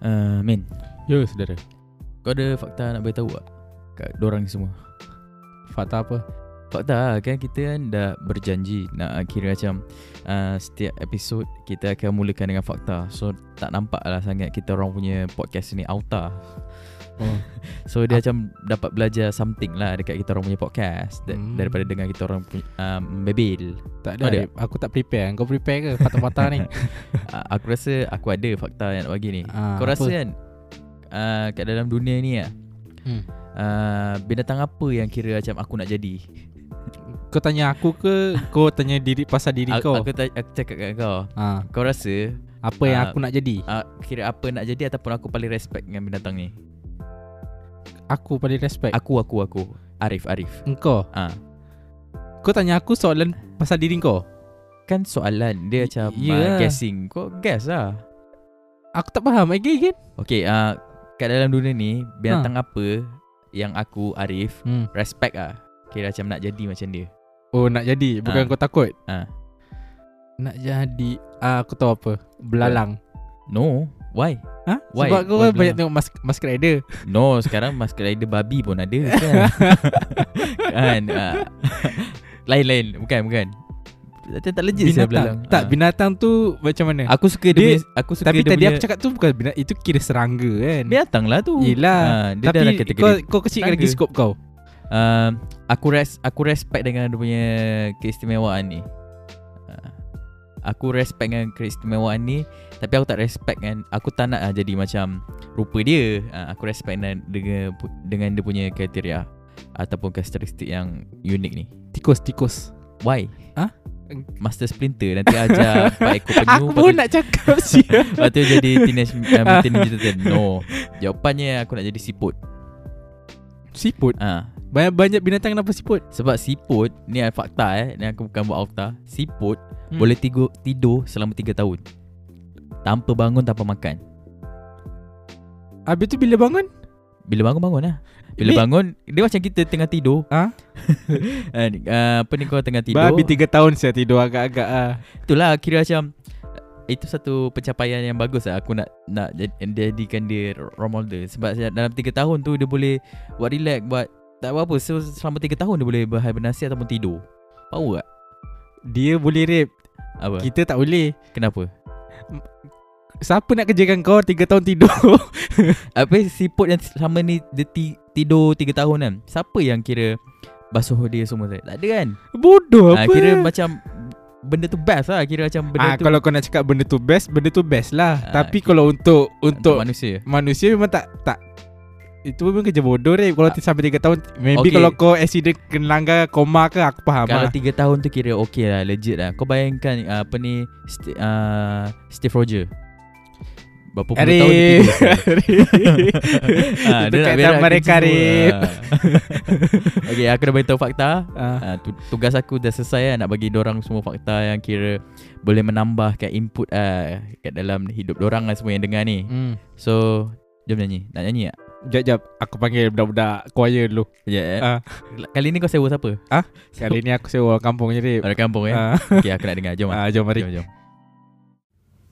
Eh, Ya Yo saudara Kau ada fakta nak beritahu tak? Kat dorang ni semua Fakta apa? Fakta lah, kan kita kan dah berjanji nak kira macam uh, setiap episod kita akan mulakan dengan fakta. So tak nampak lah sangat kita orang punya podcast ni auta. Oh. So dia macam dapat belajar something lah dekat kita orang punya podcast da- Hmm. daripada dengar kita orang punya um, bebel. Ada. Tak ya? ada, Aku tak prepare Kau prepare ke patah-patah ni? Uh, aku rasa aku ada fakta yang nak bagi ni. Ah, Kau rasa apa? kan uh, kat dalam dunia ni lah Hmm. uh, binatang apa yang kira macam aku nak jadi? Kau tanya aku ke Kau tanya diri pasal diri Aku, kau? aku, ta- aku cakap kat kau. ha, Kau rasa Apa Ah. yang aku nak jadi? uh, kira apa nak jadi ataupun aku paling respect dengan binatang ni? Aku paling respect Aku aku aku Arif Arif. Engkau Ah, Kau tanya aku soalan pasal diri kau kan soalan Y- ya. dia macam yeah. yeah. uh, guessing. Kau guess lah. Aku tak faham Again again Okay, uh, kat dalam dunia ni binatang Ha. apa yang aku Arif hmm. respect ah. Kira macam nak jadi macam dia. Oh nak jadi Ah. Bukan kau takut Ah. Nak jadi ah, Aku tahu apa Belalang No, why? Ah. Ha? Why? Sebab kau Why kan banyak belalang? tengok mas- Mask Rider No, sekarang masker rider babi pun ada kan. kan. ah. Lain-lain, bukan bukan. Tak tak legit saya Binatang bilang. Tak binatang tu Macam mana Ah. Aku suka Eh. dia, Dia- punya- aku suka Tapi dia tadi punya, aku cakap tu bukan binat itu kira serangga kan. binatang lah tu. Yelah. Ah, dia Tapi dalam kategori kau kau kecilkan lagi serangga. skop kau. um, aku res aku respect dengan dia punya keistimewaan ni. Uh, aku respect dengan keistimewaan ni tapi aku tak respect dengan aku tak nak lah jadi macam rupa dia. Uh, aku respect dengan dengan, pu- dengan dia punya kriteria ataupun karakteristik yang unik ni. Tikus tikus. Why? Hah? Master Splinter nanti ajar empat ekor penyu aku pun nak cakap sih. Lepas tu jadi Teenage uh, Mutant Ninja Turtle No Jawapannya aku nak jadi siput siput. Ah, Banyak-banyak binatang kenapa siput? Sebab siput Ni ada fakta eh Ni aku bukan buat auta Siput Hmm. Boleh tidur, tidur selama 3 tahun Tanpa bangun Tanpa makan Habis tu bila bangun? Bila bangun bangun lah Bila Ni- bangun Dia macam kita tengah tidur Ha? Eh, uh, Apa ni kau tengah tidur Babi 3 tahun saya tidur agak-agak ah. Itulah lah, kira macam itu satu pencapaian yang bagus lah Aku nak nak jad- jadikan dia role model Sebab saya- dalam 3 tahun tu dia boleh buat relax Buat tak buat apa so, Selama 3 tahun dia boleh berhibernasi ataupun tidur Power tak? Dia boleh rape. Apa? Kita tak boleh. Kenapa? Siapa nak kerjakan kau 3 tahun tidur? Apa siput yang selama ni dia ti- tidur 3 tahun kan Siapa yang kira basuh dia semua tadi? Tak ada kan Bodoh Ah, apa? Kira macam benda tu best lah Kira macam benda ah, tu kalau kau nak cakap benda tu best, benda tu best lah. Ah, Tapi kalau untuk untuk manusia manusia memang tak tak itu memang kerja bodoh rap Kalau Ah. t- sampai 3 tahun Okay. Maybe okay. kalau kau accident Kena langgar koma ke Aku faham Kalau lah. tiga tahun tu kira okey lah Legit lah Kau bayangkan uh, Apa ni St- uh, Steve Roger Berapa puluh tahun dia Arif tidur sekarang. Ah, Itu kat berak taman mereka kencing semua. Arif Ah. Okay aku dah beritahu fakta Ah, Ah, tu, Tugas aku dah selesai lah Nak bagi dorang semua fakta Yang kira Boleh menambahkan input uh, Kat dalam hidup dorang lah Semua yang dengar ni hmm. So Jom nyanyi Nak nyanyi tak? Jap jap Aku panggil budak-budak Choir dulu Sekejap eh Ah. Kali ni kau sewa siapa? Ah, Kali ni aku sewa orang kampung je rap Orang kampung eh Ah, Okay aku nak dengar Jom lah ah, Jom mari Jom jom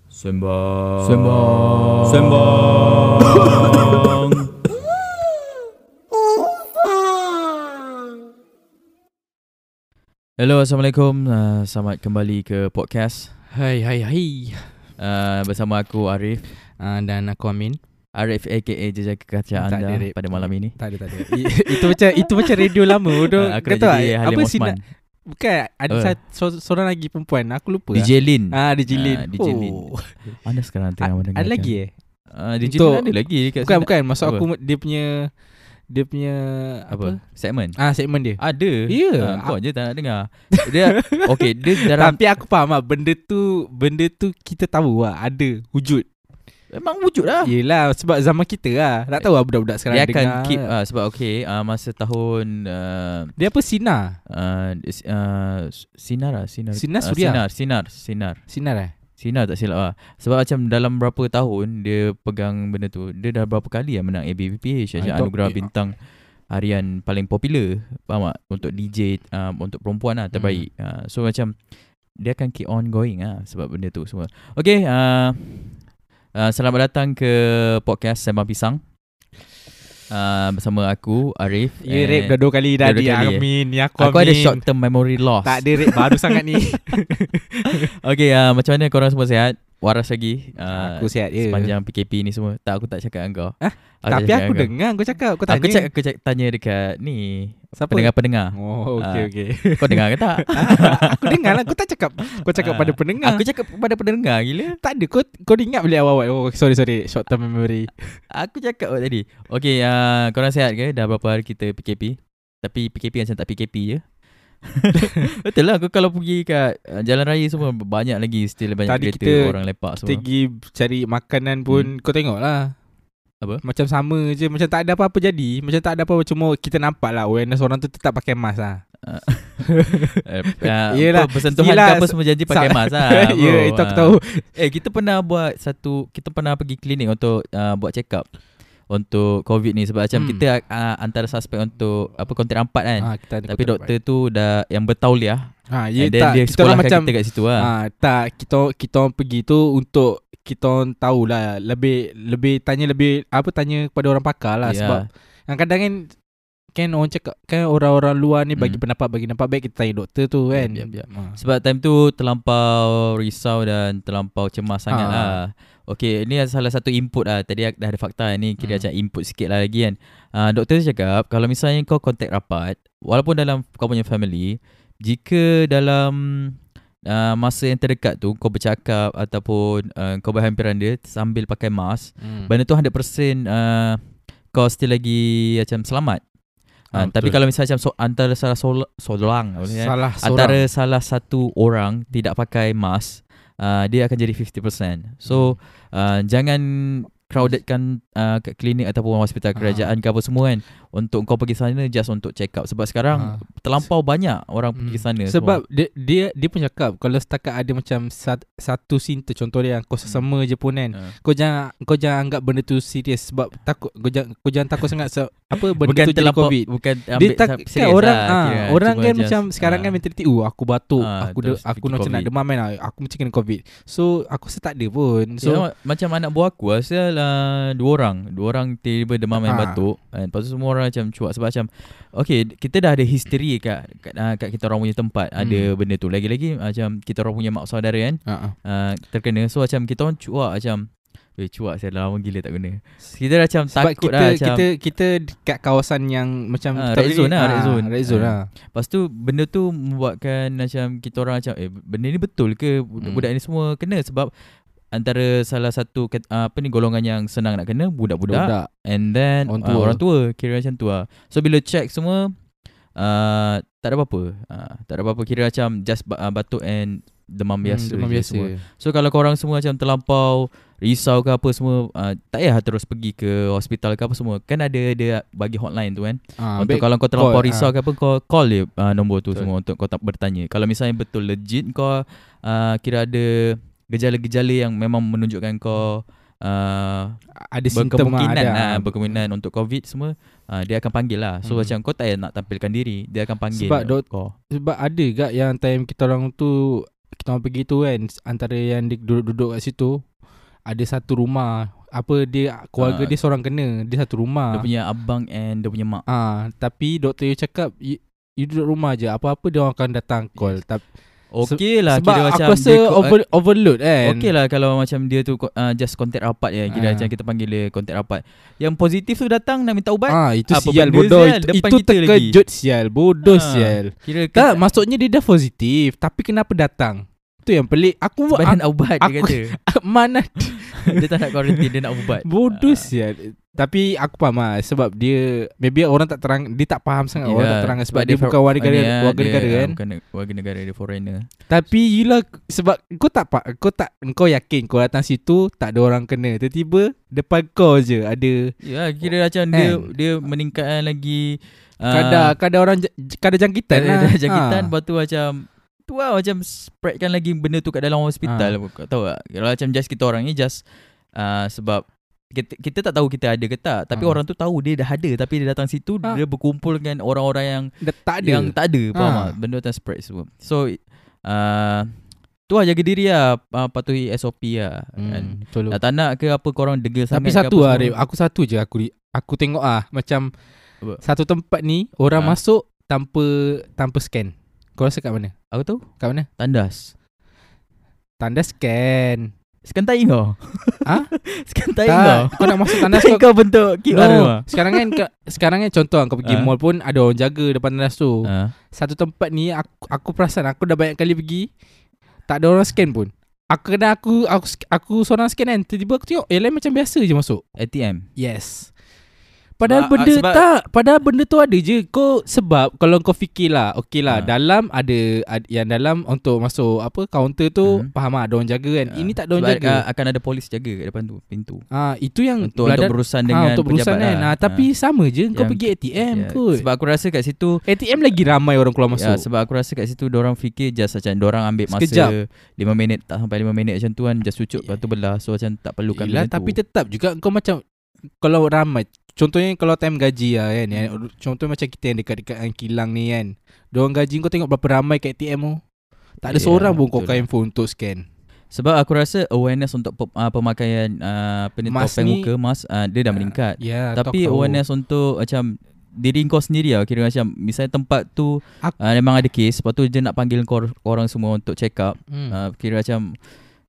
Sembang Sembang. Sembang Hello Assalamualaikum uh, Selamat kembali ke podcast Hai hai hai uh, Bersama aku Arif ah, Dan aku Amin Arif aka Jejaka Kaca Tak Anda ada, Rip. pada malam ini Tak ada tak ada I, Itu macam Itu macam radio lama bodoh Ah, Aku Kau nak tahu jadi tak, Halim sina- Osman Bukan Ada Oh. satu- so- seorang lagi perempuan Aku lupa lah. DJ Lin Ah, DJ Lin Ah, DJ Lin. Mana sekarang tengah A- mendengar Ada lagi eh uh, DJ Untuk- Lin ada lagi dekat Bukan sana. bukan Maksud apa? aku dia punya Dia punya Apa? Apa, Segmen Ah segmen dia Ada Ya. Ah, Kau je tak nak dengar Dia Okay dia dalam Tapi aku faham lah Benda tu Benda tu kita tahu lah Ada Wujud Memang wujud lah Yelah sebab zaman kita lah Tak tahu lah budak-budak Dia sekarang akan dengar. keep ah, Sebab okay ah, Masa tahun uh, Dia apa Sinar uh, s- uh, Sinar lah Sinar Sinar Ah, Suria. Sinar Sinar Sinar Sinar eh Sinar tak silap lah Sebab macam dalam berapa tahun Dia pegang benda tu Dia dah berapa kali lah menang ABBPH Macam Mantap. anugerah Eh, bintang Harian paling popular Faham tak? Untuk DJ um, Untuk perempuan lah terbaik Hmm. uh, So ah, macam Dia akan keep on going lah Sebab benda tu semua Okay uh, Uh, selamat datang ke podcast Sembang Pisang uh, Bersama aku, Arif Ya and- Rip dah dua kali dah Dah dua di Eh, kali, eh. Armin ya. Aku, Aku ada short term memory loss Tak ada Rip baru sangat ni Okay, uh, macam mana korang semua sihat? Waras lagi? Uh, Aku sihat je Sepanjang PKP ni semua Tak, aku tak cakap dengan kau Ah, tak Ya. Tapi cakap aku dengan dengar kau cakap Kau kau. tanya Aku, cak, aku cak, tanya dekat ni Siapa? Pendengar-pendengar Oh okay Ah. okay Kau dengar ke tak? Aku dengar lah Kau tak cakap Kau cakap Ah, pada pendengar Aku cakap pada pendengar gila tak ada Kau, kau ingat balik awal-awal Oh sorry sorry Short term memory Aku cakap awak tadi Okay uh, Korang sihat ke Dah berapa hari kita PKP Tapi PKP macam tak PKP je Betul lah Kau kalau pergi kat uh, Jalan raya semua Banyak lagi Still banyak Tadi kereta kita- Orang lepak Kita semua pergi cari makanan Hmm. pun Kau tengok lah Apa? Macam sama je Macam tak ada apa-apa jadi Macam tak ada apa-apa Cuma kita nampak lah Awareness orang tu tetap pakai mask lah Eh, uh, Yelah, apa, Persentuhan yelah, ke apa semua Janji pakai sa- mask lah Ya bro. yeah, itu aku Ah. tahu Eh kita pernah buat satu Kita pernah pergi klinik Untuk uh, buat check up Untuk COVID ni Sebab macam Hmm. kita uh, Antara suspek untuk Apa kontak rampat kan Ah, kita ada Tapi kotak doktor tu dah Yang bertauliah baik. ah, And ya, then tak, dia Kita orang sekolahkan macam kita kat situ lah Ah, tak kita kita orang pergi tu untuk kita orang tahulah lebih lebih tanya lebih apa tanya kepada orang pakar lah Ya. yeah. sebab kadang-kadang kan kan orang cakap kan orang-orang luar ni bagi Hmm. pendapat bagi pendapat baik kita tanya doktor tu kan. Yap, yap, Ah. Sebab time tu terlampau risau dan terlampau cemas sangat Ah. lah. Okay, ini salah satu input lah. Tadi ak- dah ada fakta ni, kira Hmm. macam input sikit lah lagi kan. Uh, doktor tu cakap, kalau misalnya kau kontak rapat, walaupun dalam kau punya family, jika dalam uh, masa yang terdekat tu kau bercakap ataupun uh, kau berhampiran dia sambil pakai mask, Hmm. benda tu 100% uh, kau still lagi macam selamat. Ah, Uh, tapi betul. kalau misalnya macam so, antara salah sol- solang apa ni kan, lah. salah antara seorang. salah satu orang tidak pakai mask uh, dia akan jadi 50%. So Hmm. uh, jangan crowdedkan uh, kat klinik ataupun hospital Ah. kerajaan ke apa semua kan untuk kau pergi sana just untuk check up sebab sekarang Ah. terlampau banyak orang Hmm. pergi sana uh, sebab dia, dia dia pun cakap kalau setakat ada macam sat, satu sinter contoh dia yang Hmm. kau sesama je pun kan semua. kau jangan kau jangan anggap benda tu serius sebab takut kau jangan kau jangan takut sangat se, apa benda bukan tu jadi terlampau covid bukan dia tak kan serius orang lah, ah, kira. orang Cuma kan just, macam sekarang ah, kan mentality oh aku batuk Ah, aku de, terus aku pergi macam nak COVID. demam kan aku macam kena covid so aku rasa tak ada pun So, so yeah, Ya, macam anak buah aku Asal uh, dua orang Dua orang tiba-tiba demam dan Ah. batuk kan? Lepas tu semua orang macam cuak Sebab macam Okay kita dah ada history kat Kat, uh, kat kita orang punya tempat Hmm. Ada benda tu Lagi-lagi macam Kita orang punya mak saudara kan ah, ah. uh, Terkena So macam kita orang cuak macam Eh cuak saya dah lama gila tak guna Kita dah macam sebab takut kita, lah macam kita kita dekat kawasan yang macam Ah, kita red boleh- zone lah, red ah, zone. red zone Ah. lah Lepas tu benda tu membuatkan macam kita orang macam eh benda ni betul ke Hmm. budak-budak ni semua kena sebab antara salah satu kat- ah, apa ni golongan yang senang nak kena budak-budak budak and then orang Orang tua. tua, uh, orang tua kira macam tu lah. So bila check semua uh, tak ada apa-apa. Uh, tak ada apa-apa kira macam just ba- uh, batuk and demam biasa. Hmm, demam je biasa Semua. So kalau korang semua macam terlampau risau ke apa semua uh, tak payah terus pergi ke hospital ke apa semua. Kan ada dia bagi hotline tu kan. Ah, Untuk baik. kalau kau terlampau call, ah. risau ke apa kau call je uh, nombor tu Betul. semua untuk kau tak bertanya. Kalau misalnya betul legit kau uh, kira ada gejala-gejala yang memang menunjukkan kau uh, ada simptom lah, berkemungkinan ada lah, berkemungkinan untuk COVID semua uh, dia akan panggil lah. So Hmm. macam kau tak payah nak tampilkan diri, dia akan panggil Sebab dok- ah. kau. Sebab ada gak yang time kita orang tu Kita orang pergi tu kan Antara yang dia duduk-duduk kat situ Ada satu rumah Apa dia Keluarga Ah. dia seorang kena Dia satu rumah Dia punya abang and dia punya mak. Ah, Tapi doktor you cakap You, you duduk rumah je Apa-apa dia orang akan datang call yes. Okey lah Sebab kira aku macam rasa dia ko- over, overload kan Okey lah kalau macam dia tu uh, just kontak rapat ya kira Ah. macam kita panggil dia kontak rapat. Yang positif tu datang nak minta ubat. Ah, itu Apa sial benda bodoh sial? Itu, Depan itu kita lagi. terkejut sial Bodoh Ah. sial Kira Tak maksudnya dia dah positif Tapi kenapa datang Itu yang pelik Aku sebab dia aku, nak ubat dia aku- kata. mana dia tak nak quarantine dia nak ubat. Bodoh Ah. sial ya. Tapi aku faham lah Sebab dia Maybe orang tak terang Dia tak faham sangat Orang Yelah, tak terang Ya, Sebab dia, for- bukan warga, ni lah, warga dia, negara ah, kan Bukan neg- warga negara dia foreigner. Tapi yelah Sebab kau tak pa- Kau tak Kau yakin kau datang situ Tak ada orang kena Tiba-tiba Depan kau je Ada Ya, kira macam dia Oh. And- dia meningkatkan lagi ah, Kadar Kadar orang j- Kadar jangkitan kadar lah jangkitan ha. lepas tu macam tu lah macam spreadkan lagi benda tu kat dalam hospital. Ha. Kau tahu tak? Kalau macam just kita orang ni just ah, sebab kita, kita tak tahu kita ada ke tak tapi Ah. orang tu tahu dia dah ada tapi dia datang situ Ah. dia berkumpul dengan orang-orang yang Dah tak ada Ha. yang tak ada faham Ah. tak benda tu akan spread semua so uh, Tu lah jaga diri lah uh, Patuhi SOP lah kan. Hmm, betul Nak tak nak ke apa korang degil Tapi sangat ke apa satu lah semua. Rip Aku satu je Aku ri- aku tengok ah Macam Apa? Satu tempat ni Orang Ah. masuk Tanpa Tanpa scan Kau rasa kat mana? Aku tahu Kat mana? Tandas Tanda scan Sekantai kau Ha? Sekantai kau Tak Kau nak masuk tandas Kau, kau kau bentuk lah. QR No. no. Sekarang kan ka- Sekarang kan contoh Kau pergi Ah. mall pun Ada orang jaga depan tandas tu Ha. Satu tempat ni aku, aku perasan Aku dah banyak kali pergi Tak ada orang scan pun Aku kena aku Aku, sk- aku seorang scan kan Tiba-tiba aku tengok Eh lain macam biasa je masuk ATM Yes. Sebab- Padahal benda Ah, sebab- tak, padahal benda tu ada je. Kau sebab kalau kau fikirlah, Ha. okeylah ha. dalam ada, ada yang dalam untuk masuk apa counter tu Hmm. faham ah ada orang jaga kan. Ha. Ini tak ada orang Sebab, jaga. ah, Akan ada polis jaga kat depan tu Pintu Ah itu yang Untuk, untuk berurusan dengan ha, untuk pejabat berurusan kan. lah. Ah tapi sama je kau Yang- pergi ATM Ya, kot. Sebab aku rasa kat situ ATM lagi ramai orang keluar ya, masuk. sebab aku rasa kat situ orang fikir just macam orang ambil masa Sekejap. 5 minit tak sampai 5 minit macam tu kan just cucuk lepas tu belah so macam tak perlukan Yelah, benda tapi tu. tetap juga kau macam kalau ramai contohnya kalau time gaji lah kan yang- contohnya macam kita yang dekat-dekat dengan kilang ni kan Diorang gaji kau tengok berapa ramai kat ATM tu tak ada Ya, seorang pun kau betul kain phone untuk scan sebab aku rasa awareness untuk pe, uh, pemakaian uh, apa ni Mask topeng ni- muka mas uh, dia dah meningkat. ya tapi kau- awareness untuk macam diri kau sendiri lah kira macam misalnya tempat tu Aku- uh, memang ada kes lepas tu dia nak panggil kau orang semua untuk check up hmm. uh, kira macam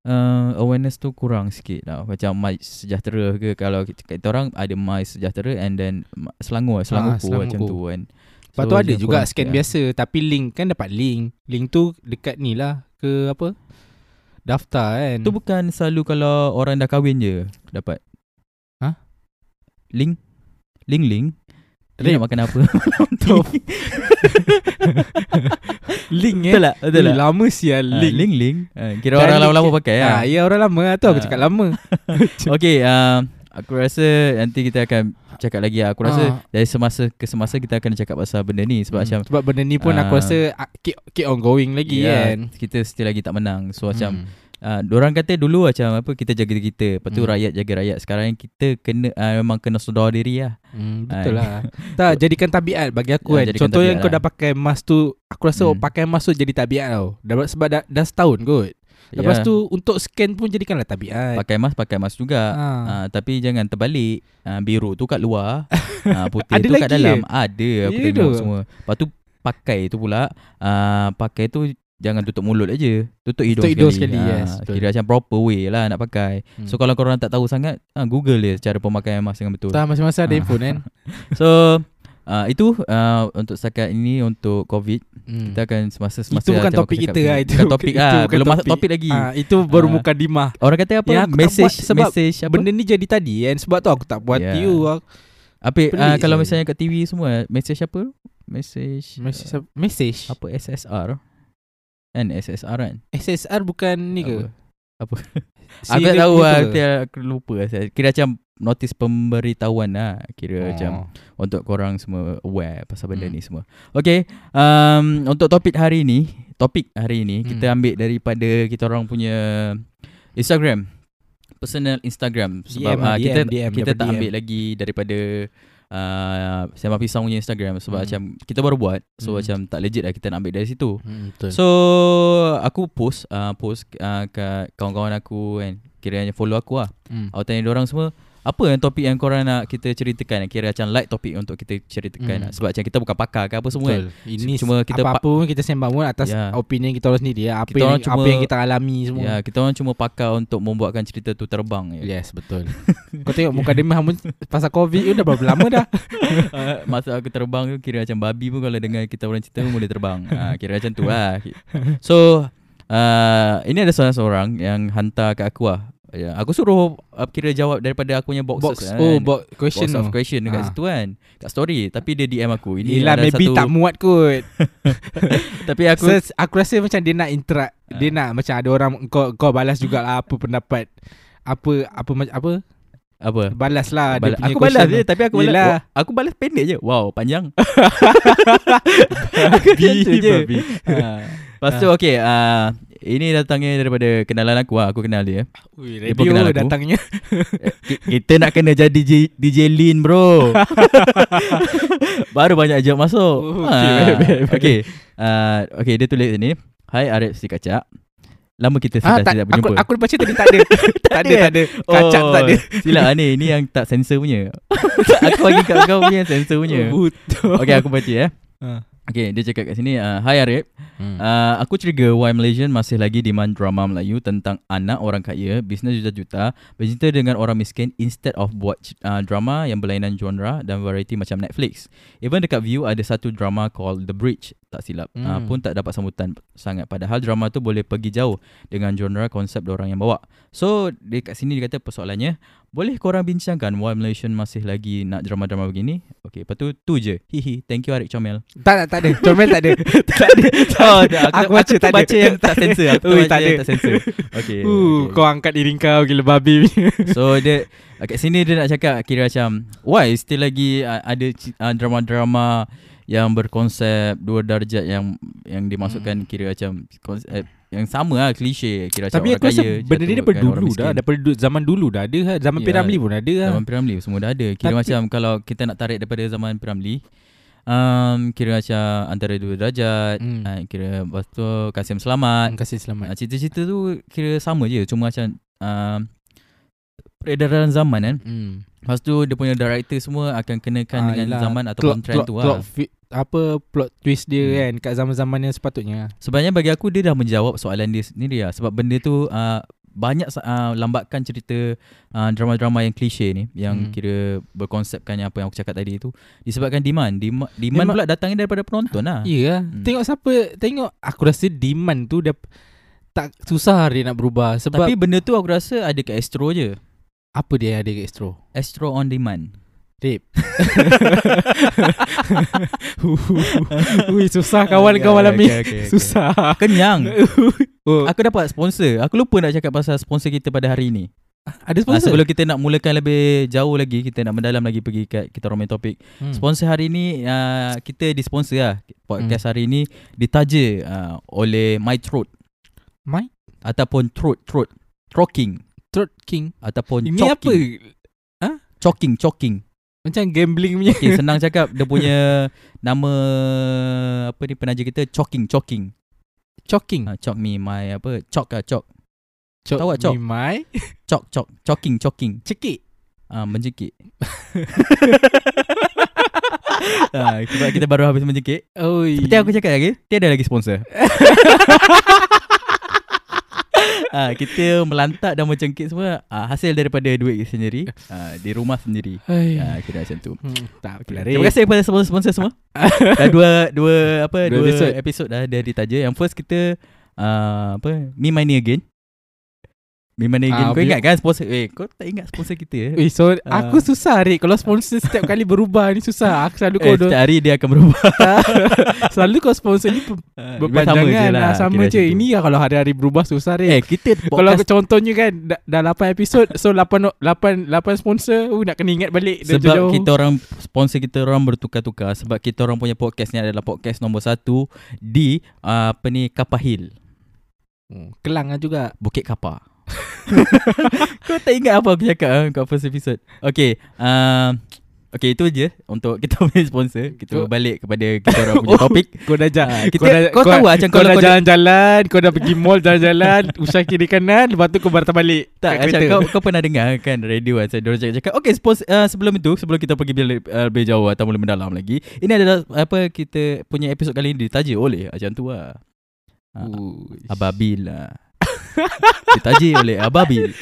uh, awareness tu kurang sikit lah macam mai sejahtera ke kalau kita, kita orang ada mai sejahtera and then Ma- Selangor Selangor ha, Ah, Selangor macam Ku. tu kan lepas So, tu ada macam juga kurang scan sikit lah. biasa tapi link kan dapat link link tu dekat ni lah ke apa daftar kan tu bukan selalu kalau orang dah kahwin je dapat Hah? link link link Dia Rip. nak makan apa Top. link Betul tak? Betul Eh, tak? lama sial Ah, link, link link Ah, Kira Dan orang link- lama-lama pakai ya. Ah, ya orang lama lah tu aku Ah. cakap lama Okay uh, Aku rasa Nanti kita akan Cakap lagi lah. Aku rasa Ah. Dari semasa ke semasa Kita akan cakap pasal benda ni Sebab Hmm, macam sebab benda ni pun aku ah, rasa ah, keep, keep ongoing lagi Ya, kan Kita still lagi tak menang So macam uh, Hmm. Diorang kata dulu macam apa Kita jaga diri kita Lepas tu Hmm. rakyat jaga rakyat Sekarang kita kena uh, Memang kena sedar diri lah Hmm, betul Ai. lah Tak jadikan tabiat bagi Ya, aku kan jadikan Contoh yang tabiat kau lah. dah pakai mask tu Aku rasa Hmm. pakai mask tu jadi tabiat tau dah, Sebab dah, dah setahun kot Lepas Ya, tu untuk scan pun jadikanlah tabiat Pakai mask Pakai mask juga ha. uh, Tapi jangan terbalik uh, Biru tu kat luar uh, Putih Ada tu kat lagi dalam Ada Aku Ya tengok tu. semua Lepas tu Pakai tu pula uh, Pakai tu Jangan tutup mulut aja Tutup hidung Tutup hidung sekali, sekali, Ah, yes, betul. Kira macam proper way lah Nak pakai Hmm. So kalau korang tak tahu sangat uh, Google dia Cara pemakaian mask dengan betul Tak masa-masa Ah. ada info kan So uh, Itu uh, Untuk setakat ini Untuk COVID Hmm. Kita akan semasa-semasa Itu macam bukan aku topik cakap kita tadi. lah itu, Bukan topik itu lah bukan Belum masuk topik lagi Ah, Itu baru Ah. muka dimah Orang kata apa Yang aku tak Message buat sebab Message apa Benda ni jadi tadi kan Sebab tu aku tak buat Ya. yeah. you aku, Apa uh, pelik Kalau je. misalnya kat TV semua Message apa tu? Message Message, uh, apa- message. Apa SSR Kan SSR kan SSR bukan ni ke? Apa? Si Aku tak Rick tahu ni lah tu aku, ke? tak- aku lupa lah. Saya Kira macam Notis pemberitahuan lah Kira Oh. macam Untuk korang semua aware Pasal benda Hmm. ni semua Okay um, Untuk topik hari ni Topik hari ni Hmm. Kita ambil daripada Kita orang punya Instagram Personal Instagram Sebab DM, ah, DM, kita DM, Kita daripada tak DM. ambil lagi Daripada uh, Sema Pisang punya Instagram Sebab Hmm. macam Kita baru buat So Hmm. macam tak legit lah Kita nak ambil dari situ Hmm, betul. So Aku post uh, Post uh, kat Kawan-kawan aku kan Kiranya follow aku lah Hmm. Aku tanya orang semua apa yang topik yang korang nak kita ceritakan Kira macam light topik untuk kita ceritakan Hmm. lah. Sebab macam kita bukan pakar ke apa semua kan Betul. Ini Cuma kita apa-apa pun kita sembang pun atas Ya. yeah. opini kita orang sendiri ya. Apa Kita yang, orang cuma- apa yang kita alami semua. Ya. Ya, kita orang cuma pakar untuk membuatkan cerita tu terbang je. Yes, betul. Kau tengok muka demah pun pasal Covid tu dah berapa lama dah. Ah, Masa aku terbang tu kira macam babi pun kalau dengar kita orang cerita pun boleh terbang. Ah, kira macam tu lah. So, uh, ini ada seorang-seorang yang hantar kat aku lah. Ya, aku suruh uh, kira jawab daripada aku punya boxes. Box kan. oh box question Box of tu. question dekat Ah. situ kan Kat story Tapi dia DM aku Ini Yelah ada maybe satu tak muat kot Tapi aku aku, aku rasa macam dia nak interact Ah. Dia nak macam ada orang Kau kau balas jugalah apa pendapat Apa apa apa, apa Apa Balas lah Bala- dia punya aku balas question je tu. Tapi aku balas Yelah. wa- Aku balas pendek je Wow panjang Babi babi. ha. Lepas tu okay uh, Ini datangnya daripada Kenalan aku lah Aku kenal dia Ui, Dia pun radio kenal aku. datangnya Ki- Kita nak kena jadi DJ, DJ Lin bro Baru banyak job masuk Ah, Oh, okay, baik, baik, baik. Okay uh, Okay dia tulis ni Hai Arif si kacak Lama kita Ah, sudah tak, tidak aku, berjumpa. aku baca tadi tak ada. tak ada. ada, tak ada. Kacang tak ada. Silap lah ni. Ni yang tak sensor punya. aku bagi kat kau punya yang sensor punya. Betul. Okay aku baca eh. Ah. Okay dia cakap kat sini uh, Hi Arif Hmm. uh, Aku curiga why Malaysian masih lagi demand drama Melayu Tentang anak orang kaya Bisnes juta-juta Bercinta dengan orang miskin Instead of buat uh, drama Yang berlainan genre Dan variety macam Netflix Even dekat View Ada satu drama called The Bridge Tak silap hmm. uh, Hmm. Pun tak dapat sambutan sangat Padahal drama tu boleh pergi jauh Dengan genre konsep orang yang bawa So dekat sini dia kata persoalannya Boleh korang bincangkan Why Malaysian masih lagi Nak drama-drama begini Okay lepas tu Tu je Hihi Thank you Arik Comel Tak, tak, tak ada. Comel tak ada. tak ada. Oh, dah, Aku baca tu tak baca ada. yang tak sensor. Aku tu Ui, baca tak yang ada. tak sensor. Okay. Uh, okay. kau angkat diri kau gila babi. punya. So dia kat sini dia nak cakap kira macam why still lagi uh, ada ci- uh, drama-drama yang berkonsep dua darjat yang yang dimasukkan kira macam konsep yang sama lah klise kira macam Tapi orang aku rasa kaya benda ni jatuh daripada kan orang dulu miskin. dah. Daripada du- zaman dulu dah ada. lah. Zaman Ya. Piramli pun ada. lah. Zaman Piramli semua dah ada. Kira Tapi, Tapi- macam kalau kita nak tarik daripada zaman Piramli um, kira macam antara dua darjat Hmm. hmm. uh, kira lepas tu Kasim Selamat Terima kasih selamat. Ah, Cerita-cerita tu kira sama je Cuma macam uh, Peredaran zaman kan Hmm. Lepas tu dia punya director semua Akan kenakan Ah, dengan yelah. zaman Ataupun trend tu lah fi- apa plot twist dia Hmm. kan kat zaman-zaman yang sepatutnya. Sebenarnya bagi aku Dia dah menjawab soalan dia sendiri lah Sebab benda tu uh, Banyak uh, lambatkan cerita uh, Drama-drama yang klise ni Yang Hmm. kira Berkonsepkan yang apa yang aku cakap tadi tu Disebabkan demand Demand, demand Demand- pula datangnya daripada penonton lah Ya. Yeah. Hmm. Tengok siapa tengok aku rasa demand tu dah tak susah dia nak berubah sebab Tapi benda tu aku rasa Ada kat Astro je apa dia yang ada kat Astro? Astro on demand Rip. Ui susah Ya, kawan kau malam ni. Okay, okay, okay. Susah. Kenyang Oh, Aku dapat sponsor Aku lupa nak cakap pasal sponsor kita pada hari ni ada Ah, sponsor. Sebelum kita nak mulakan lebih jauh lagi Kita nak mendalam lagi pergi kat kita orang main topik Hmm. Sponsor hari ni uh, Kita disponsor lah Podcast Hmm. hari ni Ditaja uh, oleh My Throat My Ataupun Throat Throat Troking Throat King. Ataupun Ini choking. apa? Choking Choking Macam gambling punya. okay, Senang cakap Dia punya Nama Apa ni penaja kita Choking Choking Choking. uh, Chok me my Apa Chok lah Chok Ha, Chok tahu tak, chok? me my Chok Chok Choking Choking cekik. Ah, menjekik. ah, sebab kita baru habis menjekik. Oi. Seperti aku cakap lagi, tiada lagi sponsor. ah, kita melantak dan mencengkik semua ah, hasil daripada duit kita sendiri, ah, di rumah sendiri. Hai. Ah, kira macam tu. Hmm, tak Okay. okay. Terima kasih kepada sponsor-sponsor semua. dah dua dua apa dua, Dua episod. episod. dah dah ditaja. Yang first kita uh, apa Me Money Again. Me Money Again. Ah, kau we- ingat kan sponsor? Eh, kau tak ingat sponsor kita eh? Eh, so Ah. aku susah Rik Kalau sponsor setiap kali berubah ni susah Aku selalu kau Eh, setiap hari dia akan berubah Ah, Selalu kau sponsor ni Eh, ber- berpanjangan lah, Sama Kira macam je tu. Ini lah kalau hari-hari berubah susah Eh Rik kita Kalau podcast contohnya kan Dah, dah 8 episod So 8, 8, 8 sponsor uh, Nak kena ingat balik dah Sebab jauh-jauh. kita orang Sponsor kita orang bertukar-tukar Sebab kita orang punya podcast ni Adalah podcast nombor satu Di uh, Apa ni Kapahil Hmm, Kelang lah juga Bukit Kapah Kau tak ingat apa aku cakap ah, Kat first episode Okay uh, Okay itu je Untuk kita punya sponsor Kita Kau- balik kepada Kita orang punya Oh. topik Kau dah Ah, jalan kita- kau tahu lah macam kau, kalau dah kau dah- jalan-jalan Kau dah pergi mall jalan-jalan Usah kiri kanan Lepas tu kau baru balik Tak kat macam kereta. kau, kau pernah dengar kan radio kan Saya cakap, cakap Okay spons, uh, sebelum itu Sebelum kita pergi bila, uh, lebih jauh Atau lebih mendalam lagi Ini adalah apa Kita punya episod kali ini Ditaja oleh Macam tu lah Ah. uh, Ui. Ababil lah Ditaja oleh Ababil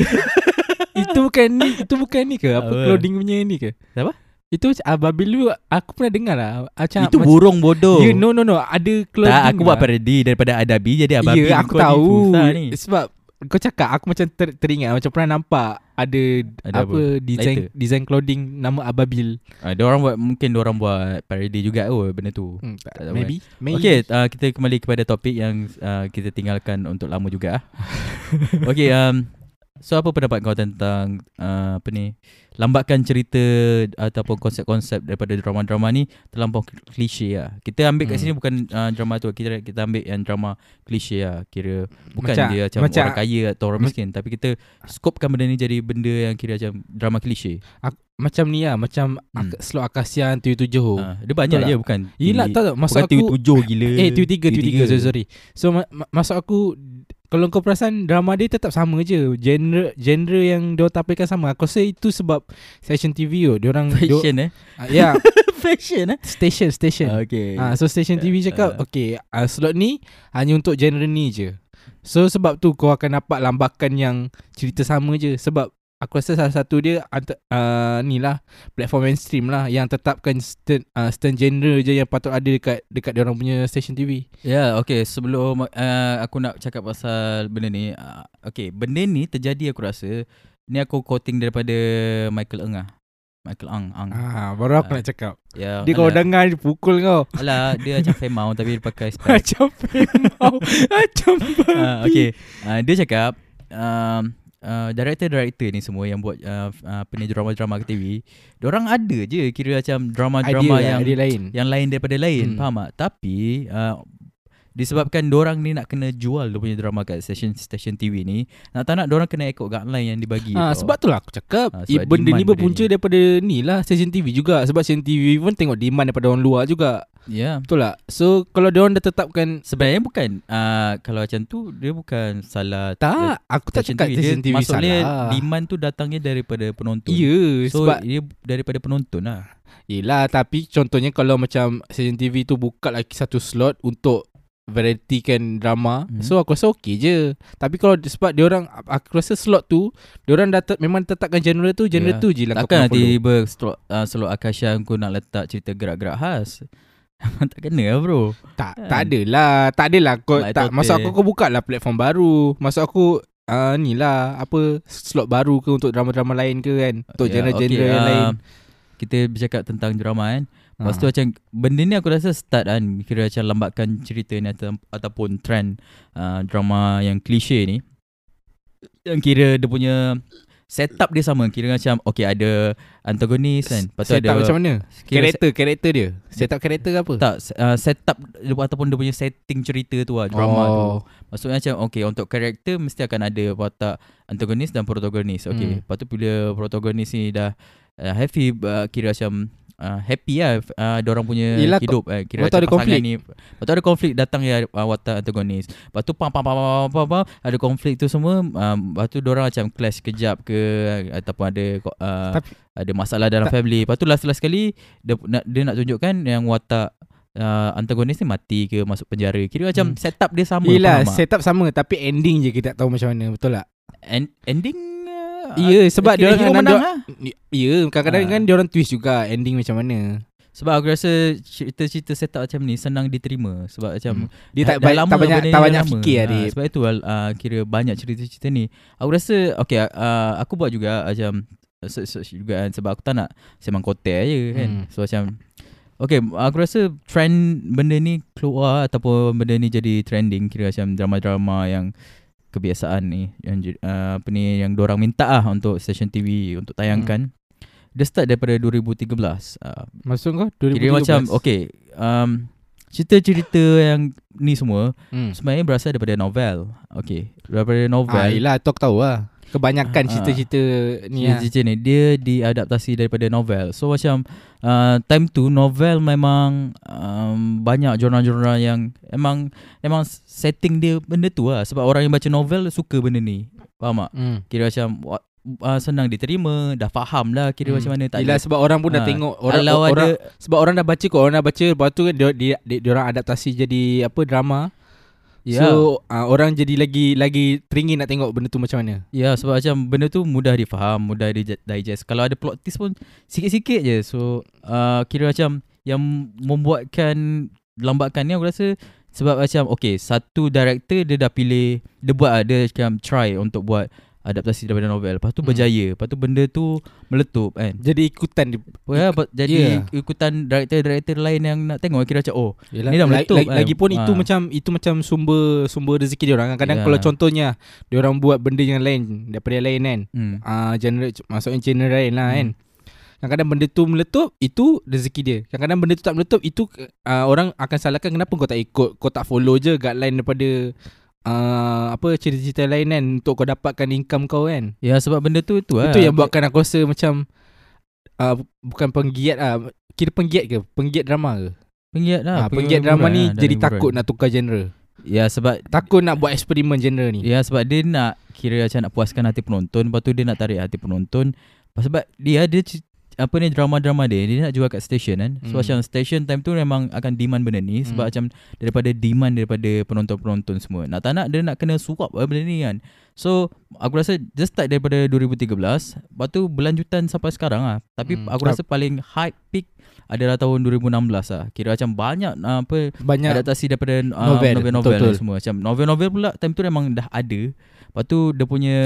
Itu bukan ni Itu bukan ni ke Apa Apa? clothing punya ni ke Apa? Itu macam Ababil dulu Aku pernah dengar lah Macam Itu macam, burung bodoh Ya no no no Ada clothing Tak aku buat lah. parody Daripada Adabi Jadi Ya Ababil aku Kau ni tahu susah ni. Sebab Kau cakap Aku macam ter, teringat Macam pernah nampak Ada, Ada ada apa, Design Lighter? design clothing Nama Ababil uh, Diorang buat Mungkin diorang buat Parody juga kot Benda tu hmm, tak, tahu Maybe, maybe Okay, uh, kita kembali kepada topik yang uh, kita tinggalkan untuk lama juga. ah. okay, um, so apa pendapat kau tentang uh, apa ni? Lambatkan cerita ataupun konsep-konsep daripada drama-drama ni terlampau kl- klise lah. Kita ambil kat Hmm. sini bukan uh, drama tu, kita kita ambil yang drama klise lah. Kira bukan Macam- dia macam, macam- orang kaya atau orang miskin, tapi kita skopkan benda ni jadi benda yang kira macam drama klise. Macam ni lah Macam Hmm. ak- Slot Akasian Tujuh Johor Oh. dia banyak betul je bukan. Yelah tinggi- tahu tak Masa bukan aku tujuh gila. Eh, 23, 23, sorry, sorry. So, ma- ma- masuk aku kalau kau perasan drama dia tetap sama je. Genre genre yang dia tampilkan sama. Aku rasa itu sebab session TV tu. Dia orang Fashion eh ya, Fashion eh station station. Okay Ah, so station TV cakap Ah. Okay ah, Slot ni Hanya untuk genre ni je So sebab tu Kau akan dapat lambakan yang Cerita sama je Sebab Aku rasa salah satu dia anta, uh, Ni lah Platform mainstream lah Yang tetapkan Stern, uh, stern genre je Yang patut ada dekat Dekat dia orang punya station TV Ya, yeah, okay. Sebelum uh, aku nak cakap pasal benda ni, uh, okay, benda ni terjadi aku rasa. Ni aku quoting daripada Michael Eng ah. Michael Ang, Ang. ah, Baru aku Ah. nak cakap Ya, Dia kalau alah, dengar Dia pukul kau alah, dia macam femau tapi dia pakai spek. Macam Memang Macam uh, okay. Uh, dia cakap um, uh, director-director ni semua yang buat uh, f- uh, apa ni drama-drama ke TV, orang ada je kira macam drama-drama Idea, yang yang, ya, idea lain yang lain daripada lain Hmm. hmm. faham tak tapi uh, disebabkan orang ni nak kena jual dia punya drama kat stesen stesen TV ni nak tak nak orang kena ikut guideline yang dibagi Ah, tau. sebab tu lah aku cakap Ah, ha, sebab Benda demand ni benda berpunca ni. daripada ni lah Stesen TV juga Sebab stesen TV pun tengok demand daripada orang luar juga ya yeah. Betul lah So kalau diorang dah tetapkan sebenarnya bukan uh, kalau macam tu dia bukan salah Tak Aku tak cakap stesen TV, maksudnya salah demand tu datangnya daripada penonton Ya so so, sebab dia daripada penonton lah Yelah tapi contohnya kalau macam stesen TV tu buka lagi satu slot untuk variety kan drama Mhm. hmm. So aku rasa okey je Tapi kalau sebab diorang Aku rasa slot tu Diorang dah te- memang tetapkan genre tu Genre Yelah. tu je Ya. lah kau Takkan kena follow. tiba-tiba slot, uh, slot Akasha kau nak letak cerita gerak-gerak khas Tak kena lah bro Tak, Kan? tak adalah. Tak adalah kau Like tak Tote. maksud aku kau buka lah platform baru. Maksud aku uh, ni lah apa slot baru ke untuk drama-drama lain ke kan. Untuk Ya, genre-genre okay, yang ah, lain. Kita bercakap tentang drama kan Lepas Ah. tu macam Benda ni aku rasa start kan Kira macam lambatkan cerita ni atau, Ataupun trend uh, Drama yang klise ni Yang kira dia punya Setup dia sama Kira macam Okay ada Antagonis kan Lepas tu Set ada up macam mana? kira se- Karakter, karakter dia. Set up karakter ke apa? Tak uh, Setup dia, Ataupun dia punya setting cerita tu lah Drama oh. tu oh. Maksudnya macam okay untuk karakter mesti akan ada watak antagonis dan protagonis. Okay. Hmm. Hmm. Lepas tu bila protagonis ni dah uh, happy uh, kira macam uh, happy lah uh, orang punya Yelah, Yelah, hidup eh, kira lepas macam tu ada pasangan konflik. ni. Lepas tu ada konflik datang ya uh, watak antagonis. Lepas tu pam pam pam pam pam, pam ada konflik tu semua um, lepas tu orang macam clash kejap ke ataupun ada uh, Tapi- ada masalah dalam family. Lepas tu last-last sekali dia nak dia nak tunjukkan yang watak Uh, antagonis ni mati ke masuk penjara Kira macam Hmm. setup dia sama faham Yelah, tak? set up sama tapi ending je kita tak tahu macam mana. Betul tak? End, ending uh, Ya, sebab kira diorang hero kadang- menang lah. Ya, kadang-kadang Ah. kan diorang twist juga ending macam mana. Sebab aku rasa cerita-cerita set up macam ni senang diterima sebab macam hmm. Dia tak, ba- tak banyak tak banyak fikir lah dia. Sebab itu uh, kira banyak cerita-cerita ni. Aku rasa okay uh, aku buat juga macam search, search juga kan sebab aku tak nak sembang kotel je kan. Hmm. Hmm. So macam Okay, aku rasa trend benda ni keluar ataupun benda ni jadi trending kira macam drama-drama yang kebiasaan ni yang je- uh, apa ni yang dorang minta lah untuk stesen TV untuk tayangkan. Hmm. Dia start daripada 2013. Uh, Maksud kau 2013. Kira macam Okay um, Cerita-cerita yang Ni semua Hmm. Sebenarnya berasal daripada novel Okay Daripada novel Ah, yelah, tu aku tahu lah. Kebanyakan Ah. cerita-cerita ni lah. Cerita-cerita ni Dia diadaptasi daripada novel So macam uh, Time tu novel memang um, Banyak jurnal-jurnal yang Emang Emang setting dia Benda tu lah Sebab orang yang baca novel Suka benda ni Faham tak? Hmm. Kira macam wa- Uh, senang diterima Dah faham lah Kira hmm. macam mana tak Yelah ada sebab orang pun Ah, dah tengok orang, kalau orang, ada sebab orang dah baca kok orang dah baca lepas tu kan dia, dia, dia, dia orang adaptasi jadi apa drama Ya. yeah. so uh, orang jadi lagi lagi teringin nak tengok benda tu macam mana Ya sebab macam benda tu mudah difaham, mudah di digest. Kalau ada plot twist pun sikit-sikit je. So uh, kira macam yang membuatkan lambatkan ni aku rasa sebab macam okay satu director dia dah pilih dia buat lah, dia macam try untuk buat adaptasi daripada novel. Lepas tu Hmm. berjaya. Lepas tu benda tu meletup kan. jadi ikutan di, Ya, but jadi yeah. ikutan director-director lain yang nak tengok kira macam oh Yelah, Ni dah lagi, meletup lagi, kan. lagi pun itu Ah. macam itu macam sumber sumber rezeki dia orang Ya. kadang kalau contohnya dia orang buat benda yang lain daripada yang lain kan hmm. uh, genre maksudnya genre lain lah Hmm. kan Kadang-kadang benda tu meletup Itu rezeki dia Kadang-kadang benda tu tak meletup Itu uh, orang akan salahkan Kenapa kau tak ikut Kau tak follow je guideline daripada uh, Apa cerita-cerita lain kan Untuk kau dapatkan income kau kan Ya sebab benda tu tu lah. Itu yang buatkan aku rasa macam uh, Bukan penggiat lah Kira penggiat ke? Penggiat drama ke? penggiat Ha, lah. penggiat hiburan drama ni lah, jadi hiburan. takut nak tukar genre Ya sebab Takut nak buat eksperimen genre ni Ya sebab dia nak Kira macam nak puaskan hati penonton Lepas tu dia nak tarik hati penonton Lepas Sebab dia ada c- Apa ni drama-drama dia Dia nak jual kat station kan So Hmm. macam station time tu Memang akan demand benda ni Sebab Hmm. macam Daripada demand Daripada penonton-penonton semua Nak tak nak dia nak kena suap lah Benda ni kan So aku rasa Just start daripada 2013 Lepas tu berlanjutan sampai sekarang lah Tapi Hmm. aku rasa paling hype peak Adalah tahun 2016 lah Kira macam banyak ah, Apa Banyak adaptasi daripada uh, Novel, novel-novel betul-betul. dan semua macam novel-novel pula time tu memang dah ada lepas tu dia punya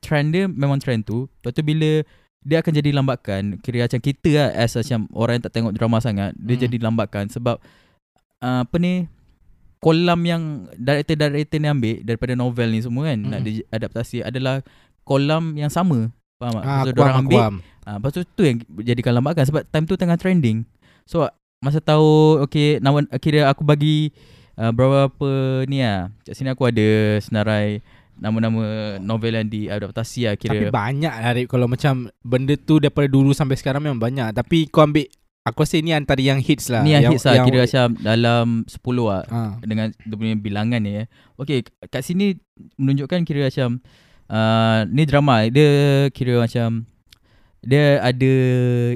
trend dia memang trend tu lepas tu bila dia akan jadi lambakan kira macam kita lah as macam orang yang tak tengok drama sangat dia Hmm. jadi lambakan sebab uh, apa ni kolam yang director-director ni ambil daripada novel ni semua kan nak Hmm. diadaptasi adalah kolam yang sama faham tak? ah, So, kuam, dorang ambil kuam. Ah, lepas tu tu yang jadikan lambakan sebab time tu tengah trending. So masa tahu okey nama kira aku bagi uh, berapa ni ah. Kat sini aku ada senarai nama-nama novel yang diadaptasi lah Tapi kira. banyak lah Rip Kalau macam Benda tu daripada dulu Sampai sekarang memang banyak Tapi kau ambil Aku rasa ni antara yang hits lah ni yang, hits lah kira macam dalam 10 lah Ah, dengan dia punya bilangan ni eh. Okey, k- kat sini menunjukkan kira macam uh, ni drama dia kira macam dia ada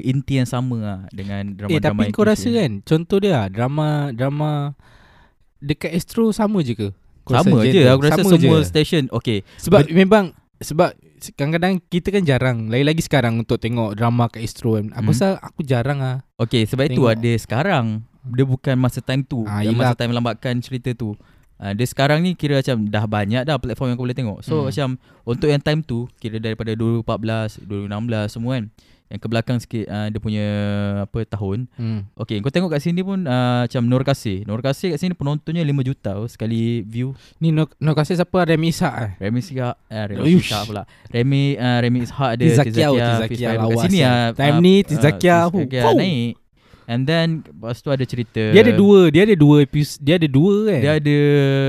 inti yang sama lah dengan Eh drama-drama tapi yang kau kita- rasa kan Contoh dia lah, Drama Drama Dekat Astro sama je ke Kau rasa sama macam je tu? aku rasa Sama semua je. station okey Sebab But, memang sebab se- kadang-kadang kita kan jarang lagi-lagi sekarang untuk tengok drama kat Astro kan. Hmm. Aku rasa aku jarang ah. okey sebab itu Tengok. ada sekarang dia bukan masa time tu Ah, yang masa yelah. time lambatkan cerita tu Uh, dia sekarang ni kira macam dah banyak dah platform yang kau boleh tengok. So Hmm. macam untuk yang time tu kira daripada 2014, 2016 semua kan. Yang ke belakang sikit uh, dia punya apa tahun. Hmm. Okay kau tengok kat sini pun uh, macam Nur Kasih. Nur Kasih kat sini penontonnya 5 juta tau sekali view. Ni no, no kasih siapa Remy Ishak ah. Remy Ishak eh, Remy Uish. Ishak pula Remy uh, Remy Ishak ada Tizakia, oh, Tizakia, Tizakia Fizbal. lawas Kat sini ya. lah Time ah, ni ah, Tizakia, hu, Tizakia wow. naik And then Lepas tu ada cerita Dia ada dua, dia ada dua episode, dia ada dua kan. Dia ada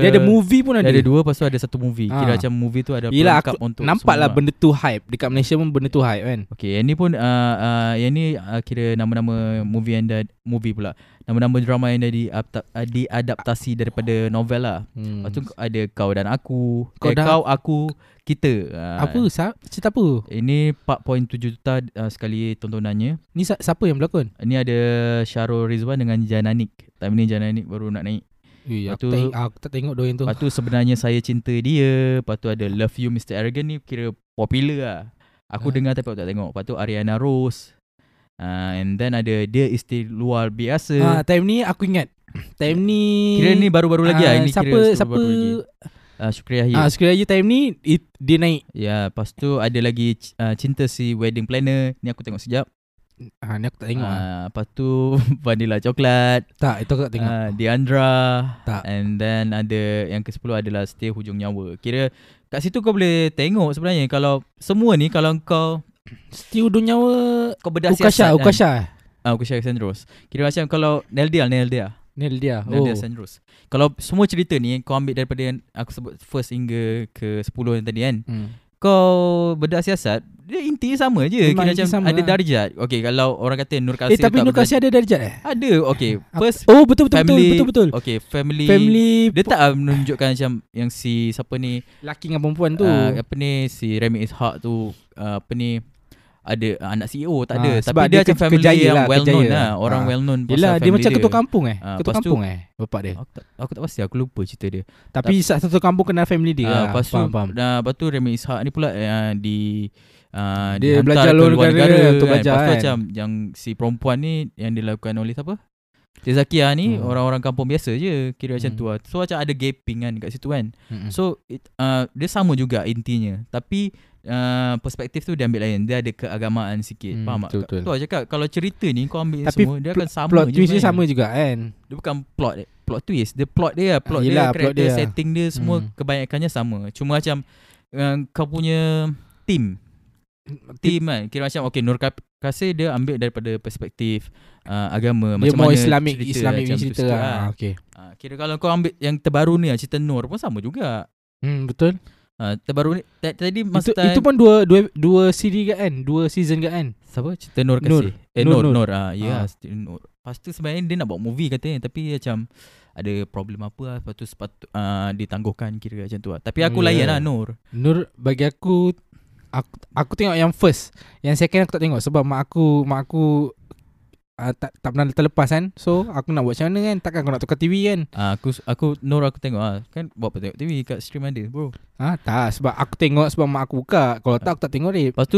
dia ada movie pun Dia ada. ada dua Lepas tu ada satu movie Kira Ah. macam movie tu ada Yelah, pelengkap untuk Nampak lah semua. benda tu hype Dekat Malaysia pun benda tu hype kan Okay yang ni pun uh, uh, Yang ni uh, kira nama-nama movie yang dah Movie pula Nama-nama drama yang dah diapta- uh, diadaptasi daripada novel lah hmm. Lepas tu ada Kau dan Aku eh, Kau dan- Kau, Aku, Kita Ah, Apa? Sa- cerita apa? Ini 4.7 juta uh, sekali tontonannya. Ni sa- siapa yang berlakon? Ini ada Syarul Rizwan dengan Jananik. Time ni Jananik baru nak naik. Ui, Lepas aku, tu- tak, ing- aku tak tengok dua yang tu Lepas tu sebenarnya saya cinta dia. Lepas tu ada Love You Mr. Arrogant ni kira popular lah. Aku Ah. dengar tapi aku tak tengok. Lepas tu Ariana Rose. Uh, and then ada Dia Isteri Luar ha, Biasa. Time ni aku ingat Time ni Kira ni baru-baru lagi lah. ah, Ini Siapa kira Siapa baru lagi. Uh, Syukri Yahya. Ah, Sekali lagi time ni it, Dia naik Ya, lepas tu ada lagi uh, Cinta Si Wedding Planner. Ni aku tengok sekejap. ha, Ni aku tak tengok uh, Ah, lepas tu Vanilla Coklat. Tak itu aku tak tengok Uh, Diandra Tak. And then ada Yang ke-10 adalah Stay Hujung Nyawa Kira Kat situ kau boleh tengok sebenarnya Kalau Semua ni Kalau kau Still dunia nyawa Kau bedah Ukasha Ukasha Ah, Ukasha Sandros Kira macam kalau Nel Dia Nel Dia Nel dia Nel Oh Dia Sandros Kalau semua cerita ni Kau ambil daripada yang Aku sebut first hingga Ke 10 yang tadi kan hmm. Kau Bedah siasat Dia inti sama je Memang Kira inti macam sama Ada lah. darjat Okay kalau orang kata Nur Kasih Eh tapi tak Nur Kasih ada darjat eh berdarjat. Ada Okay First Oh betul betul family betul betul, betul. Okay Okay. Family Dia tak ah, menunjukkan macam yang si siapa ni Laki dengan perempuan tu ah, apa ni si Remy Ishak tu ah, apa ni ada ah, anak CEO tak ada Ah, tapi sebab dia, dia macam ke- family kejaya yang lah, well known kejaya. lah orang Ah. well known pasal Yelah dia family macam ketua kampung Ah, eh Ketua lepas tu- kampung eh Bapak dia aku tak, aku tak pasti aku lupa cerita dia Tapi satu kampung kenal family dia Ah, lah. lepas tu Faham faham dah lepas tu Remy Ishak ni pula ah, di ah, Dia dihantar belajar ke luar luar negara untuk belajar lepas tu kan. macam yang si perempuan ni yang dilakukan oleh siapa Zakia ni Hmm. orang-orang kampung biasa je kira macam Hmm. tu lah so macam ada gaping kan kat situ kan Mm-mm. So it, uh, dia sama juga intinya tapi uh, perspektif tu dia ambil lain. Dia ada keagamaan sikit. Hmm, Hmm, faham tak? betul, betul. Tu aku cakap kalau cerita ni kau ambil Tapi tapi semua dia akan sama Plot je twist dia sebenarnya. sama juga kan Dia bukan plot eh. plot twist. Dia plot dia, lah. plot yelah, dia, plot karakter dia. lah. setting dia semua Hmm. kebanyakannya sama. Cuma macam uh, kau punya team Team kan Kira macam Okay Nur Kap- Kasih dia ambil daripada perspektif uh, Agama Dia macam mau mana Islamic Islamic macam punya tu cerita situ lah Ah, Okay Ah, Kira kalau kau ambil Yang terbaru ni lah, Cerita Nur pun sama juga Hmm betul Ah, terbaru ni ta- tadi masa Itu, time itu pun dua dua dua siri kat kan dua season kat kan siapa cerita Nur Nur. kasih. Eh Nur Nur, Nur, Nur. ah ya Ah. cerita Nur. Lepas tu sebenarnya dia nak buat movie katanya tapi macam ada problem apa lah Lepas tu sepatut, uh, ditangguhkan kira macam tu lah Tapi aku Hmm, layan yeah. lah Nur Nur bagi aku aku, aku tengok yang first. Yang second aku tak tengok sebab mak aku mak aku uh, tak tak pernah terlepas kan. So aku nak buat macam mana kan? Takkan aku nak tukar TV kan? uh, Aku aku Nur aku tengok lah Kan buat apa tengok TV kat stream ada bro Ah tak sebab aku tengok sebab mak aku buka. Kalau tak aku tak tengok rip. Lepas tu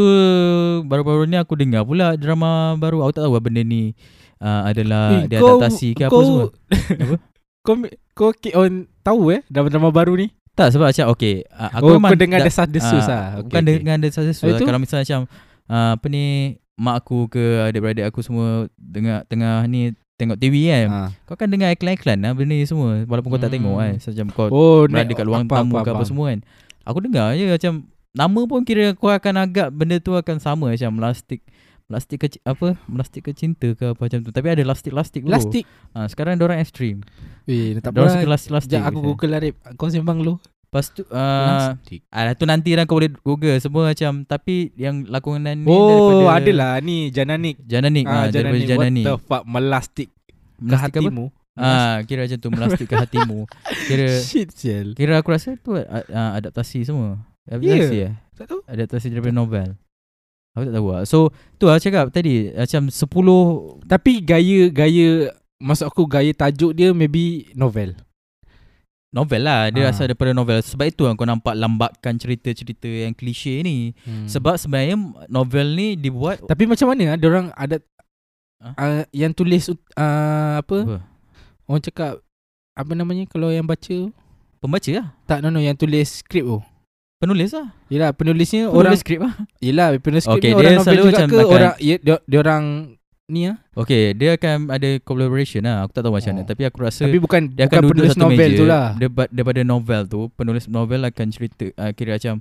baru-baru ni aku dengar pula drama baru Aku tak tahu lah benda ni uh, adalah Eh, diadaptasi ke apa semua Apa? Apa? kau kau keep on tahu eh drama-drama baru ni? Tak sebab macam okay uh, aku Aku oh, memang kau dengar da- desas desus ah, ah. Bukan okay. dengan ada sesuatu Lepas tu? Kalau misalnya macam uh, Apa ni Mak aku ke adik-beradik aku semua Dengar tengah ni Tengok TV kan Ah. Kau kan dengar iklan-iklan lah Benda ni semua Walaupun kau tak Hmm. tengok kan Macam kau oh, Oh, Berada ni- kat luang faham, tamu faham, ke apa faham. semua kan Aku dengar je macam Nama pun kira kau akan agak Benda tu akan sama Macam plastik Plastik ke apa Plastik ke cinta ke apa macam tu Tapi ada lastik-lastik dulu Plastik. ha, Sekarang diorang ekstrim Eh, tak Diorang apa. suka lastik-lastik Sekejap aku macam. google lah Rip. Kau sembang lu. Lepas tu uh, Alah tu nanti lah kau boleh google semua macam Tapi yang lakonan ni Oh, daripada adalah ni Jananik. Jananik ah, daripada Jananik What the fuck melastik ke Melastik apa? hatimu. Ah, kira macam tu melastik ke hatimu Kira Shit, Jel. kira aku rasa tu ah, ah, adaptasi semua Adaptasi yeah. Ya. Tak tahu. Adaptasi daripada novel Aku tak tahu lah So tu lah cakap tadi Macam 10 Tapi gaya gaya maksud aku gaya tajuk dia maybe novel. novel lah Dia Ah. asal daripada novel Sebab itu lah kau nampak lambatkan cerita-cerita yang klise ni Hmm. Sebab sebenarnya novel ni dibuat tapi macam mana ada orang ada Ah? uh, yang tulis uh, apa? Apa? Orang cakap apa namanya kalau yang baca Pembaca lah tak no no yang tulis skrip tu. Penulis lah Yelah penulisnya Penulis orang skrip lah Yelah penulis skrip Okay, ni dia orang novel selalu juga macam ke takkan- orang ya, dia, dia orang ni ah. Okay dia akan ada collaboration lah Aku tak tahu macam mana Oh. Tapi aku rasa Tapi bukan dia bukan akan duduk penulis satu novel meja tu lah. deba- daripada novel tu penulis novel akan cerita uh, kira macam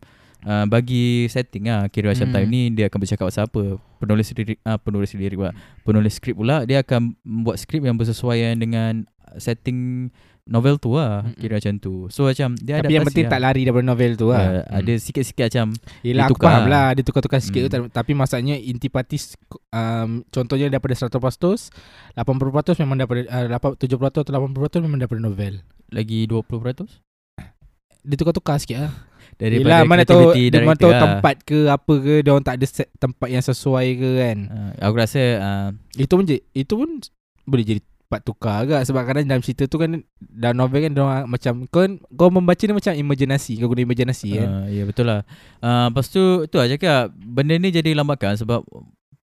uh, bagi setting lah kira macam Hmm. time ni dia akan bercakap pasal apa penulis lirik uh, penulis lirik pula penulis skrip pula dia akan buat skrip yang bersesuaian dengan setting novel tu lah Mm-mm. kira macam tu so macam dia Hmm. Tapi yang penting tak lari daripada novel tu lah. Uh, ada sikit-sikit macam Yelah aku ditukar. faham lah Dia tukar-tukar sikit Hmm. tu Tapi maksudnya Intipati um, Contohnya daripada 100% 80% memang daripada uh, 8, 70% atau 80% memang daripada novel lagi 20% Dia tukar-tukar sikit lah daripada Yelah mana tahu creativity Dia mana director tahu lah. tempat ke Apa ke Dia orang tak ada set tempat yang sesuai ke kan Uh, aku rasa uh, Itu pun je- Itu pun Boleh jadi tempat tukar agak Sebab kadang dalam cerita tu kan Dalam novel kan dia orang Macam Kau, kau membaca ni macam Imaginasi Kau guna imaginasi kan Uh, ya betul lah. Uh, lepas tu tu lah cakap benda ni jadi lambatkan sebab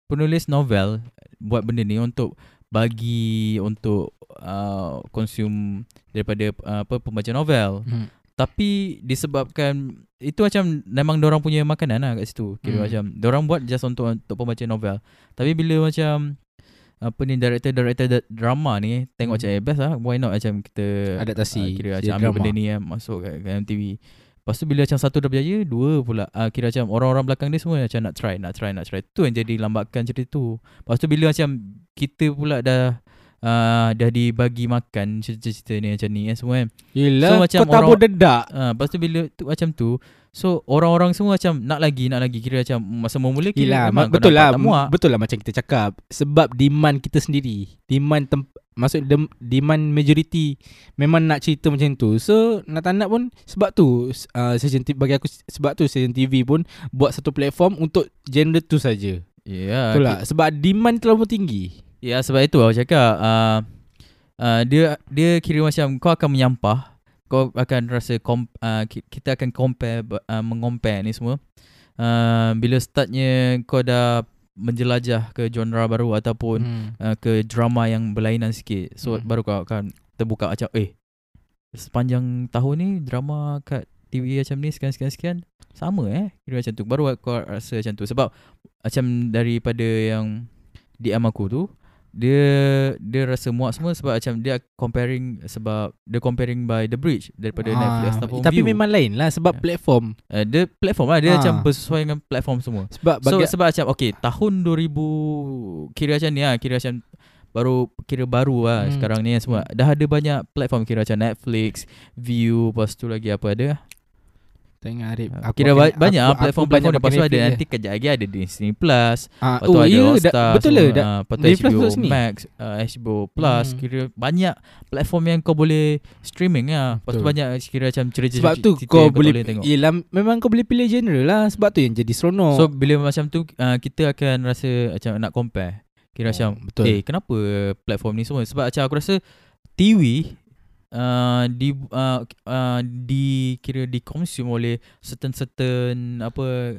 penulis novel buat benda ni untuk bagi untuk uh, consume daripada uh, apa pembaca novel. Hmm. Tapi disebabkan itu macam memang orang punya makanan lah kat situ. Kira Hmm. macam orang buat just untuk untuk pembaca novel. Tapi bila macam apa ni director-director da- drama ni tengok Hmm. macam eh best lah why not macam kita Adaptasi Ah, kira macam jadi ambil drama. benda ni kan masuk kat, kat MTV. Lepas tu bila macam satu dah berjaya, dua pula. Ah, kira macam orang-orang belakang dia semua macam nak try, nak try, nak try. Tu yang jadi lambatkan cerita tu. Lepas tu bila macam kita pula dah Uh, dah dibagi makan cerita-cerita ni macam ni kan semua kan Yelah So, macam Kau tabur orang- dedak uh, Lepas tu bila tu, macam tu So orang-orang semua macam nak lagi nak lagi Kira macam masa mula kira Yelah, memang ma- kau betul nampak lah. tak muak. Betul lah macam kita cakap. Sebab demand kita sendiri. Demand tem- maksud dem- demand majority memang nak cerita macam tu. So, nak tak nak pun sebab tu uh, session TV, bagi aku sebab tu session TV pun buat satu platform untuk genre tu saja. Ya, Betul lah. Sebab demand terlalu tinggi. Ya sebab itu aku cakap uh, uh, dia dia kira macam kau akan menyampah kau akan rasa kom, uh, ki- kita akan compare ba- uh, mengompare ni semua uh, bila startnya kau dah menjelajah ke genre baru ataupun Hmm. uh, ke drama yang berlainan sikit so Hmm. baru kau akan terbuka macam eh sepanjang tahun ni drama kat TV macam ni sekian sekian sekian sama eh kira macam tu baru kau rasa macam tu sebab macam daripada yang DM aku tu dia dia rasa muak semua sebab macam dia comparing sebab dia comparing by the bridge daripada Ah, Netflix ataupun Tapi Viu. memang lain lah sebab Ya. platform. uh, dia platform lah dia Ah. macam bersesuaian dengan platform semua Sebab So bagi sebab macam Okay tahun 2000 Kira macam ni lah Kira macam Baru Kira baru lah Hmm. hmm. Sekarang ni semua Dah ada banyak platform Kira macam Netflix View Lepas tu lagi apa ada Tengok Arif Aku Kira ba- banyak lah platform-platform Lepas tu ada nanti kejap lagi ada Disney Plus ah, Lepas tu oh, ada ya, All da- Stars Betul lah uh, Lepas tu Disney Plus HBO masuk sini. Max uh, HBO Plus Hmm. Kira banyak platform yang kau boleh streaming lah Lepas tu Betul. banyak kira macam cerita-cerita Sebab tu cerita yang kau tak boleh Yelah memang kau boleh pilih genre lah Sebab tu yang jadi seronok So bila macam tu uh, Kita akan rasa Macam nak compare Kira Oh, macam betul. Eh kenapa platform ni semua Sebab macam aku rasa TV uh, di uh, uh, di kira dikonsume oleh certain certain apa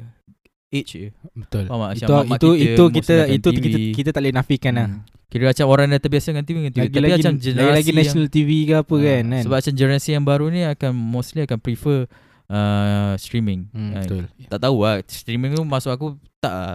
age je. Betul Faham tak? Macam Itu mak-mak itu itu most kita gunakan itu TV. kita kita tak boleh nafikan lah Hmm. Kira macam orang dah terbiasa dengan TV dengan TV. Tapi Lagi-lagi macam generasi lagi-lagi yang- national TV ke apa Ah, kan kan Sebab macam generasi yang baru ni akan mostly akan prefer uh, streaming. Hmm, Ah, Betul tak tahu lah Streaming tu masuk aku Tak lah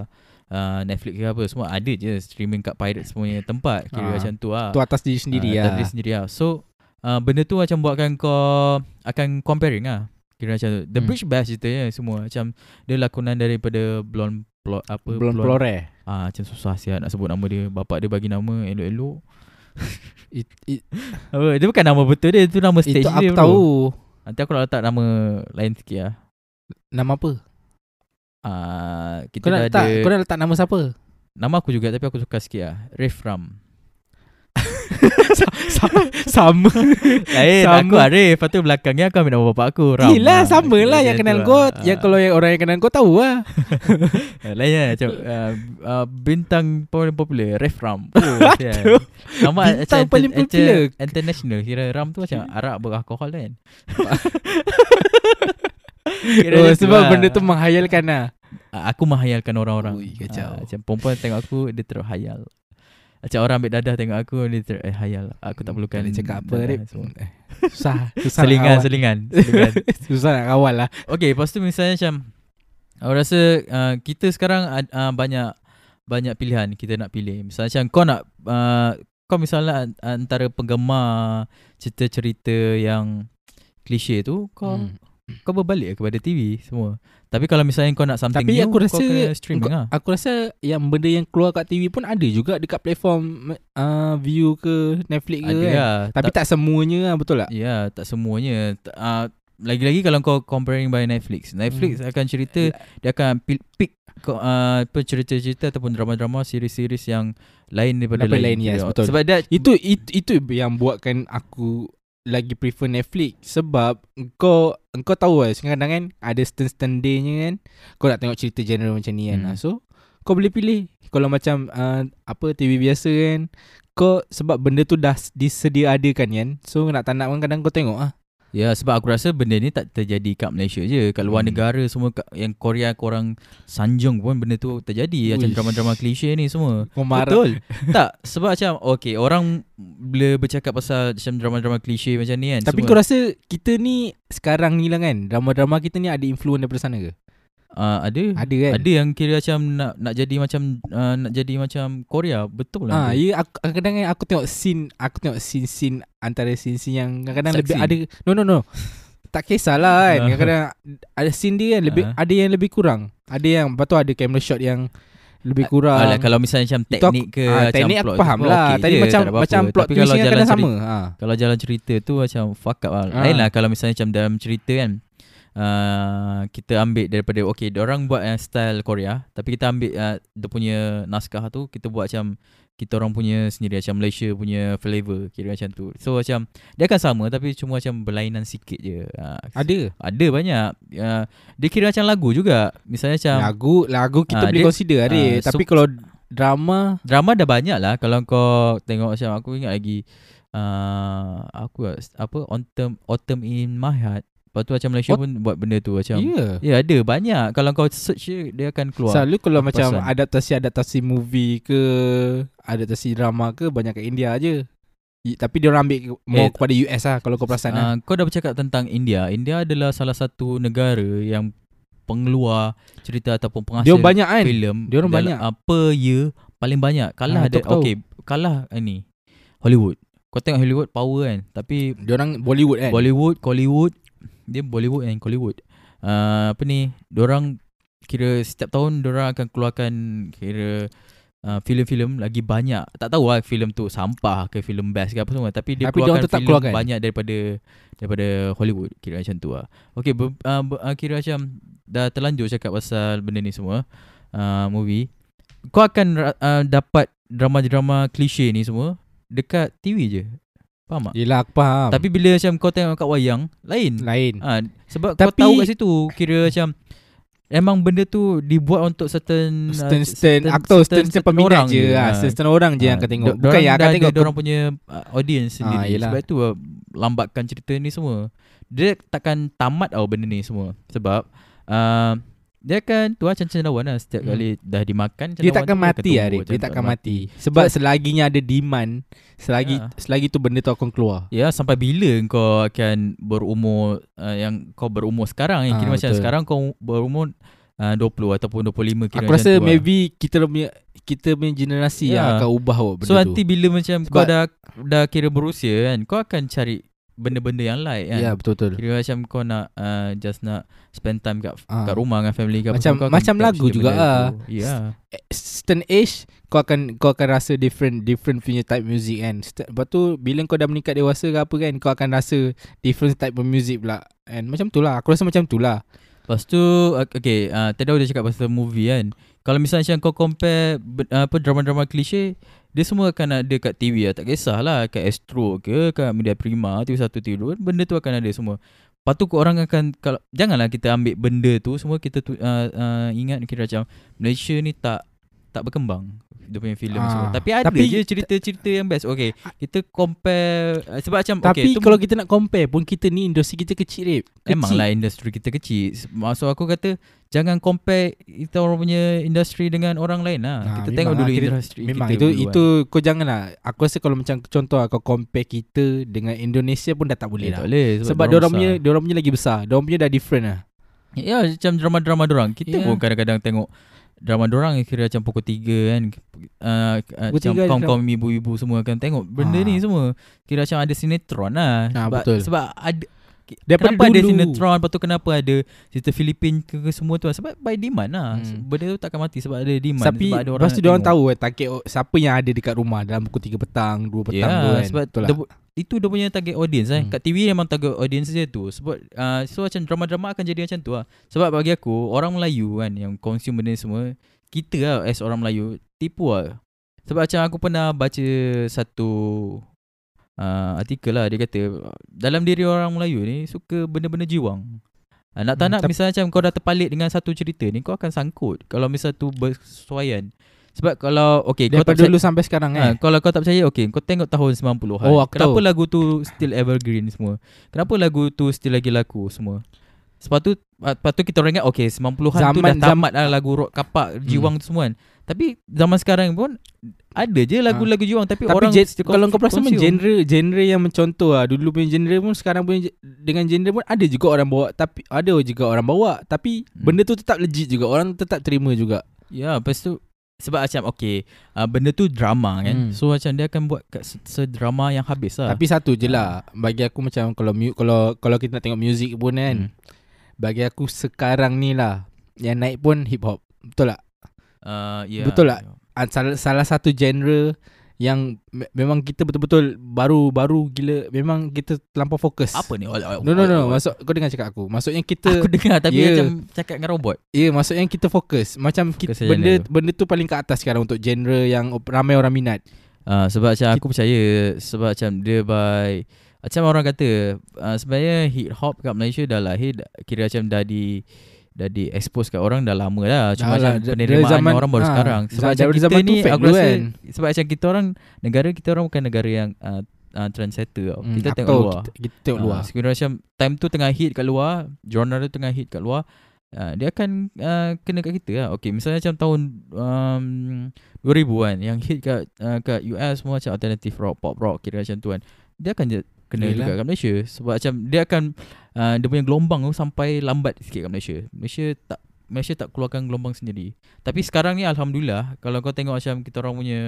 uh, Netflix ke apa Semua ada je Streaming kat pirate Semuanya tempat Kira Ah. macam tu lah Tu atas diri sendiri Ah, atas lah diri sendiri lah So uh, Benda tu macam buatkan kau Akan comparing lah Kira macam tu. The Hmm. Bridge Bash ceritanya semua Macam Dia lakonan daripada Blonde Plot apa Belum eh. pelore ah, Macam susah sihat nak sebut nama dia Bapak dia bagi nama elok-elok Apa, Dia bukan nama betul dia Itu nama stage Itu dia aku bro. tahu Nanti aku nak letak nama lain sikit lah Nama apa Ah, kita Kau nak dah letak ada Kau nak letak nama siapa Nama aku juga tapi aku suka sikit lah Rif Ram Sama Lain Sama. Eh, aku Arif Lepas tu belakangnya aku ambil nama bapak aku Ram Yelah Ah, sama kira lah macam Yang tu kenal lah. kau Ah. Yang kalau yang orang yang kenal kau tahu lah Ah, Eh, Lain lah macam ah, ah, Bintang paling popular Rif Ram oh, sial. Nama Bintang macam inter- Kan? paling popular. Hmm. inter- International Kira Ram tu macam Arak beralkohol kan Kira oh, macam tu Sebab lah. benda tu menghayalkan lah Ah, Aku menghayalkan orang-orang Ui, Ah, kacau. Macam perempuan tengok aku Dia terus hayal Macam orang ambil dadah tengok aku Dia terus eh, hayal Aku tak perlukan Hmm, boleh cakap apa dadah Rip Kan? semua. Eh, Susah Susah Selingan nak kawal. Selingan Selingan Susah nak kawal lah Okay lepas tu misalnya macam Aku rasa uh, Kita sekarang ad- uh, Banyak Banyak pilihan Kita nak pilih Misalnya macam kau nak uh, Kau misalnya an- Antara penggemar Cerita-cerita yang Klise tu Kau Hmm. kau berbalik kepada TV semua Tapi kalau misalnya kau nak something new Tapi aku Kau rasa kena streaming lah Aku rasa yang benda yang keluar kat TV pun ada juga dekat platform uh, View ke Netflix ke Ada kan. lah Tapi tak, semuanya lah betul tak? Ya yeah, tak semuanya Ta- uh, Lagi-lagi kalau kau comparing by Netflix Netflix Hmm. akan cerita Ya. Dia akan pil- pick ko- uh, apa, cerita-cerita ataupun drama-drama Series-series yang lain daripada Daripada lain, yes, Kira- betul. Sebab dia Itu, itu itu yang buatkan aku lagi prefer Netflix sebab engkau engkau tahu lah kadang-kadang kan ada stand stand day-nya kan kau nak tengok cerita genre macam ni kan Hmm. hmm. so kau boleh pilih kalau macam uh, apa TV biasa kan kau sebab benda tu dah s- disedia adakan kan so nak tak nak kan kadang kau tengok ah Ya sebab aku rasa benda ni tak terjadi kat Malaysia je Kat luar Hmm. negara semua kat, Yang Korea korang sanjung pun benda tu terjadi Macam Uish. drama-drama klise ni semua kau marah Betul Tak sebab macam Okay orang Bila bercakap pasal Macam drama-drama klise macam ni kan tapi semua, kau rasa kita ni sekarang ni lah kan drama-drama kita ni ada influence daripada sana ke uh, Ada ada kan Ada yang kira macam nak nak jadi macam uh, nak jadi macam Korea betul lah. Ah, tu. ya aku kadang-kadang aku tengok scene, aku tengok scene-scene antara scene-scene yang kadang-kadang Seksi. lebih ada no no no. tak kisahlah kan. Kadang-kadang ada scene dia kan lebih Ah. ada yang lebih kurang. Ada yang lepas tu ada camera shot yang lebih kurang. Alah, kalau misalnya macam Itu aku- teknik ke macam ah, teknik aku plot faham semua, lah. okey Tadi je, macam tak ada apa-apa. macam plot Tapi twist kalau yang jalan kadang cerita, sama. Ha. Kalau jalan cerita tu macam fuck up lah. Lain Ah. lah kalau misalnya macam dalam cerita kan uh, kita ambil daripada okay orang buat uh, style Korea tapi kita ambil uh, dia punya naskah tu kita buat macam kita orang punya sendiri macam Malaysia punya flavor kira macam tu. So macam dia akan sama tapi cuma macam berlainan sikit je. Uh, Ada. ada banyak. Uh, dia kira macam lagu juga. Misalnya macam Lagu lagu Ah, kita boleh dia- consider ada. ah, so- Tapi kalau drama drama dah banyak lah kalau kau tengok macam aku ingat lagi uh, aku kat- apa autumn autumn in my heart. Lepas tu macam Malaysia Aut- pun buat benda tu ya. macam. Ya Yeah. yeah, ada banyak. Kalau kau search je dia akan keluar. Selalu kalau Aku macam perasan. adaptasi-adaptasi movie ke adaptasi drama ke banyak kat India aje. I- Tapi dia orang ambil ke- more Eh, kepada US lah kalau kau perasan lah. uh, kau dah bercakap tentang India. India adalah salah satu negara yang pengeluar cerita ataupun penghasil Dia orang banyak kan. filem. Dia orang banyak. Uh, per year paling banyak. Kalah Ah, ada tu aku tahu. okey, kalah eh, ni Hollywood. Kau tengok Hollywood power kan. Tapi Dia orang Bollywood kan. Bollywood, Collywood Dia Bollywood and Ah, Collywood uh, Apa ni Diorang Kira setiap tahun Diorang akan keluarkan Kira uh, filem-filem lagi banyak. Tak tahu lah filem tu sampah ke filem best ke apa semua tapi dia Tapi dia keluarkan orang tetap filem keluarkan. banyak daripada daripada Hollywood kira macam tu lah. Okay, ber, uh, ber, uh, kira macam dah terlanjur cakap pasal benda ni semua uh, movie. Kau akan ra- uh, dapat drama-drama klise ni semua dekat TV je. Faham tak? Yelah aku faham Tapi bila macam kau tengok kat wayang lain. Lain Ha, sebab Tapi- kau tahu kat situ kira macam emang benda tu dibuat untuk certain ah, Certain certain Aktor certain, certain peminat je ah. ha. Certain orang je yang akan Ah, tengok dor- Bukan dorang yang akan dah tengok ada orang punya ah, audience Ah, sendiri. yelah. sebab tu ah, lambatkan cerita ni semua. Dia takkan tamat tau benda ni semua sebab uh, dia akan tu macam cendawan lah setiap Hmm. kali dah dimakan Dia cendawan tu takkan lah. akan mati tumbuh Arif Dia macam takkan mati Sebab selaginya ada demand Selagi Ah. selagi tu benda tu akan keluar Ya sampai bila kau akan berumur uh, yang kau berumur sekarang yang kira Ah, macam betul. sekarang kau berumur uh, 20 ataupun 25 kira macam Aku rasa tu lah. maybe kita punya kita punya generasi Ya. yang akan ubah awak benda So tu. nanti bila macam Sebab- kau dah dah kira berusia kan kau akan cari benda-benda yang light kan. ya betul betul. Kira macam kau nak uh, just nak spend time kat Ah. kat rumah dengan family kau Macam- macam lagu juga ah. Ya. Yeah. Certain age kau akan kau akan rasa different different punya type music kan. St- Lepas tu bila kau dah meningkat dewasa ke apa kan kau akan rasa different type of music pula. And macam tu lah Aku rasa macam tu lah Lepas tu Okay uh, Tadi aku dah cakap pasal movie kan Kalau misalnya macam kau compare be- uh, apa Drama-drama klise Dia semua akan ada kat TV lah Tak kisahlah Kat Astro ke Kat Media Prima TV1 TV2 Benda tu akan ada semua Lepas tu orang akan kalau, Janganlah kita ambil benda tu Semua kita tu, uh, uh, ingat kira macam Malaysia ni tak tak berkembang dia punya filem Ah, semua tapi ada tapi- je cerita-cerita yang best okey kita compare uh, sebab macam Tapi okey tu kalau kita nak compare pun Kita ni industri kita kecil Rip Kecil. Memanglah lah industri kita kecil Maksud aku kata Jangan compare Kita orang punya industri Dengan orang lain lah Ah, Kita memang tengok lah. dulu Kita- industri Memang kita itu dulu kan. itu kau janganlah Aku rasa kalau macam contoh lah, Kau compare kita dengan Indonesia pun dah tak kan. boleh Eh, dah tak boleh Sebab diorang punya, diorang punya lagi besar Diorang punya dah different lah besar. Ya macam drama-drama orang Kita Ya. pun kadang-kadang tengok Drama orang yang kira macam pukul 3 kan uh, uh, Pukul Macam tiga kaum-kaum ibu-ibu semua akan tengok Benda Ah. ni semua Kira macam ada sinetron lah Ah, sebab, betul. sebab ada Daripada kenapa ada dulu. sinetron Lepas tu kenapa ada Cerita Filipin ke, ke semua tu Sebab by demand lah Hmm. Benda tu takkan mati Sebab ada demand Tapi sebab ada lepas tu nak diorang tengok. tahu eh, target o- Siapa yang ada dekat rumah Dalam pukul 3 petang 2 petang Ya, tu kan sebab Betul dia, bu- itu dia punya target audience eh. Hmm. Kat TV memang target audience dia tu. Sebab uh, so macam drama-drama akan jadi macam tu lah. Sebab bagi aku orang Melayu kan yang consume benda ni semua, kita lah as orang Melayu tipu lah. Sebab macam aku pernah baca satu uh, artikel lah dia kata dalam diri orang Melayu ni suka benda-benda jiwang. Uh, nak tak Hmm, nak tapi- misalnya macam kau dah terpalit dengan satu cerita ni kau akan sangkut kalau misal tu bersesuaian. Sebab kalau okay kau Daripada tak percaya- dulu sampai sekarang Ha, eh kalau kau tak percaya Okay kau tengok tahun 90-an Oh, aku Kenapa tahu. lagu tu Still evergreen semua Kenapa lagu tu Still lagi laku semua Lepas tu ah, Lepas tu kita orang ingat Okay 90-an tu Zaman- dah zam- tamat lah Lagu rock kapak Hmm. Jiwang tu semua kan Tapi zaman sekarang pun Ada je lagu-lagu jiwang Tapi, Ha. Tapi orang gen- still kalau kau perasan pun consume. genre genre yang mencontoh lah dulu punya genre pun sekarang punya je- dengan genre pun ada juga orang bawa tapi ada juga orang bawa tapi Hmm. benda tu tetap legit juga orang tetap terima juga. Ya lepas tu Sebab macam okay uh, Benda tu drama kan Hmm. So macam dia akan buat kat se- Sedrama yang habis lah Tapi satu je lah bagi aku macam kalau mu, kalau kalau kita nak tengok music pun Hmm. kan bagi aku sekarang ni lah yang naik pun hip hop. Betul tak? uh, yeah. Betul tak? Ah, Salah, salah satu genre yang me- memang kita betul-betul baru-baru gila memang kita terlampau fokus. Apa ni Oh, all, all, No no all- no, all- masuk kau dengar cakap aku. Maksudnya kita Aku dengar tapi Ya. macam Cakap dengan robot Ya yeah, maksudnya kita fokus Macam kita, Fokus saja benda dulu. benda tu paling ke atas sekarang Untuk genre yang op- ramai orang minat Uh, sebab macam aku percaya sebab macam dia by macam orang kata uh, sebenarnya hip hop kat Malaysia dah lahir dah- kira macam dah di dah di expose kat orang dah lama dah cuma macam Dah lah, da- penerimaan dari zaman- orang baru ah, sekarang sebab za- macam dari kita zaman tu ni fake aku dulu rasa kan. sebab macam kita orang negara kita orang bukan negara yang uh, uh, trendsetter tau. Hmm, kita aku tengok tahu, luar Kita, kita tengok luar Ah, sekiranya macam time tu tengah hit kat luar, genre tu tengah hit kat luar, uh, dia akan uh, kena kat kita lah. Okay, misalnya macam tahun um, 2000-an yang hit kat uh, kat US semua macam alternative rock, pop rock kira macam tu kan. Dia akan je kena Yelah. juga kat Malaysia sebab macam dia akan uh, dia punya gelombang tu sampai lambat sikit kat Malaysia. Malaysia tak Malaysia tak keluarkan gelombang sendiri. Tapi sekarang ni alhamdulillah kalau kau tengok macam kita orang punya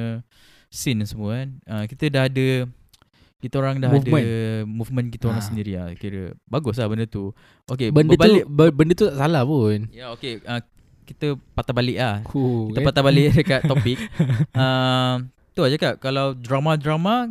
scene semua kan, uh, kita dah ada kita orang dah Movement. ada movement kita orang Ah. sendiri lah kira bagus lah benda tu okay Benda berbalik eh, tu ber- Benda tu tak salah pun Hmm, ya okay uh, kita patah balik lah Cool, Kita patah balik dekat topik uh, Tu lah cakap Kalau drama-drama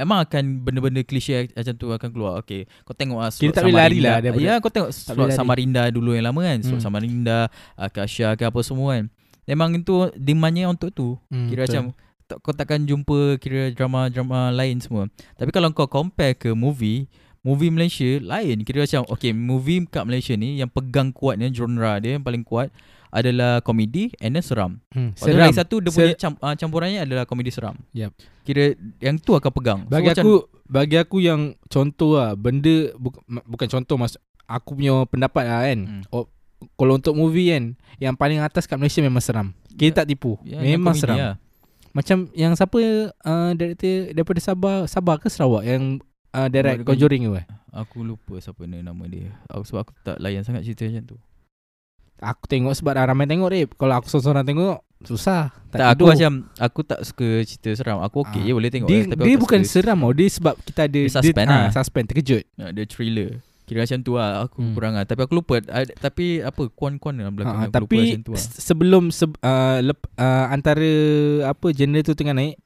Memang akan benda-benda klise macam tu akan keluar Okay Kau tengok lah Kita Surat tak boleh lari lah Samarinda. daripada- Ya kau tengok boleh Surat lari. Samarinda dulu yang lama kan Surat Hmm. Samarinda Akasha ke apa semua kan Memang itu demandnya untuk tu Hmm, Kira betul. macam tak, Kau takkan jumpa Kira drama-drama lain semua Tapi kalau kau compare ke movie Movie Malaysia lain Kira macam Okay movie kat Malaysia ni Yang pegang kuatnya Genre dia yang paling kuat Adalah komedi And then seram Hmm, Lepas tu seram. Lagi satu dia punya cam, uh, campurannya Adalah komedi seram Yap. Kira yang tu akan pegang So, Bagi macam- aku bagi aku yang contoh lah benda bu, bukan contoh mas aku punya pendapat lah kan. Hmm. Oh, kalau untuk movie kan yang paling atas kat Malaysia memang seram. Kita Ya. tak tipu. Ya, yang memang komedi seram. lah. Macam yang siapa uh, director daripada Sabah Sabah ke Sarawak yang uh, direct Buat- Conjuring tu eh? Aku lupa siapa ni nama dia aku, Sebab aku tak layan sangat cerita macam tu Aku tengok sebab dah ramai tengok rip. Kalau aku seorang-seorang tengok susah. Tak, Tak, aku tidur. macam Aku tak suka cerita seram Aku okay Ah. je boleh tengok dia, lah, tapi aku dia tak bukan suka seram tau. Dia sebab kita ada Dia suspend dia, lah. ah, suspend terkejut. Nak ada thriller Kira macam tu lah Aku Hmm. hmm. kurang lah Tapi aku lupa I, Tapi apa Kuan-kuan lah belakang Ha, Aku lupa tapi macam tu lah se- sebelum se- uh, lep, uh, antara apa genre tu tengah naik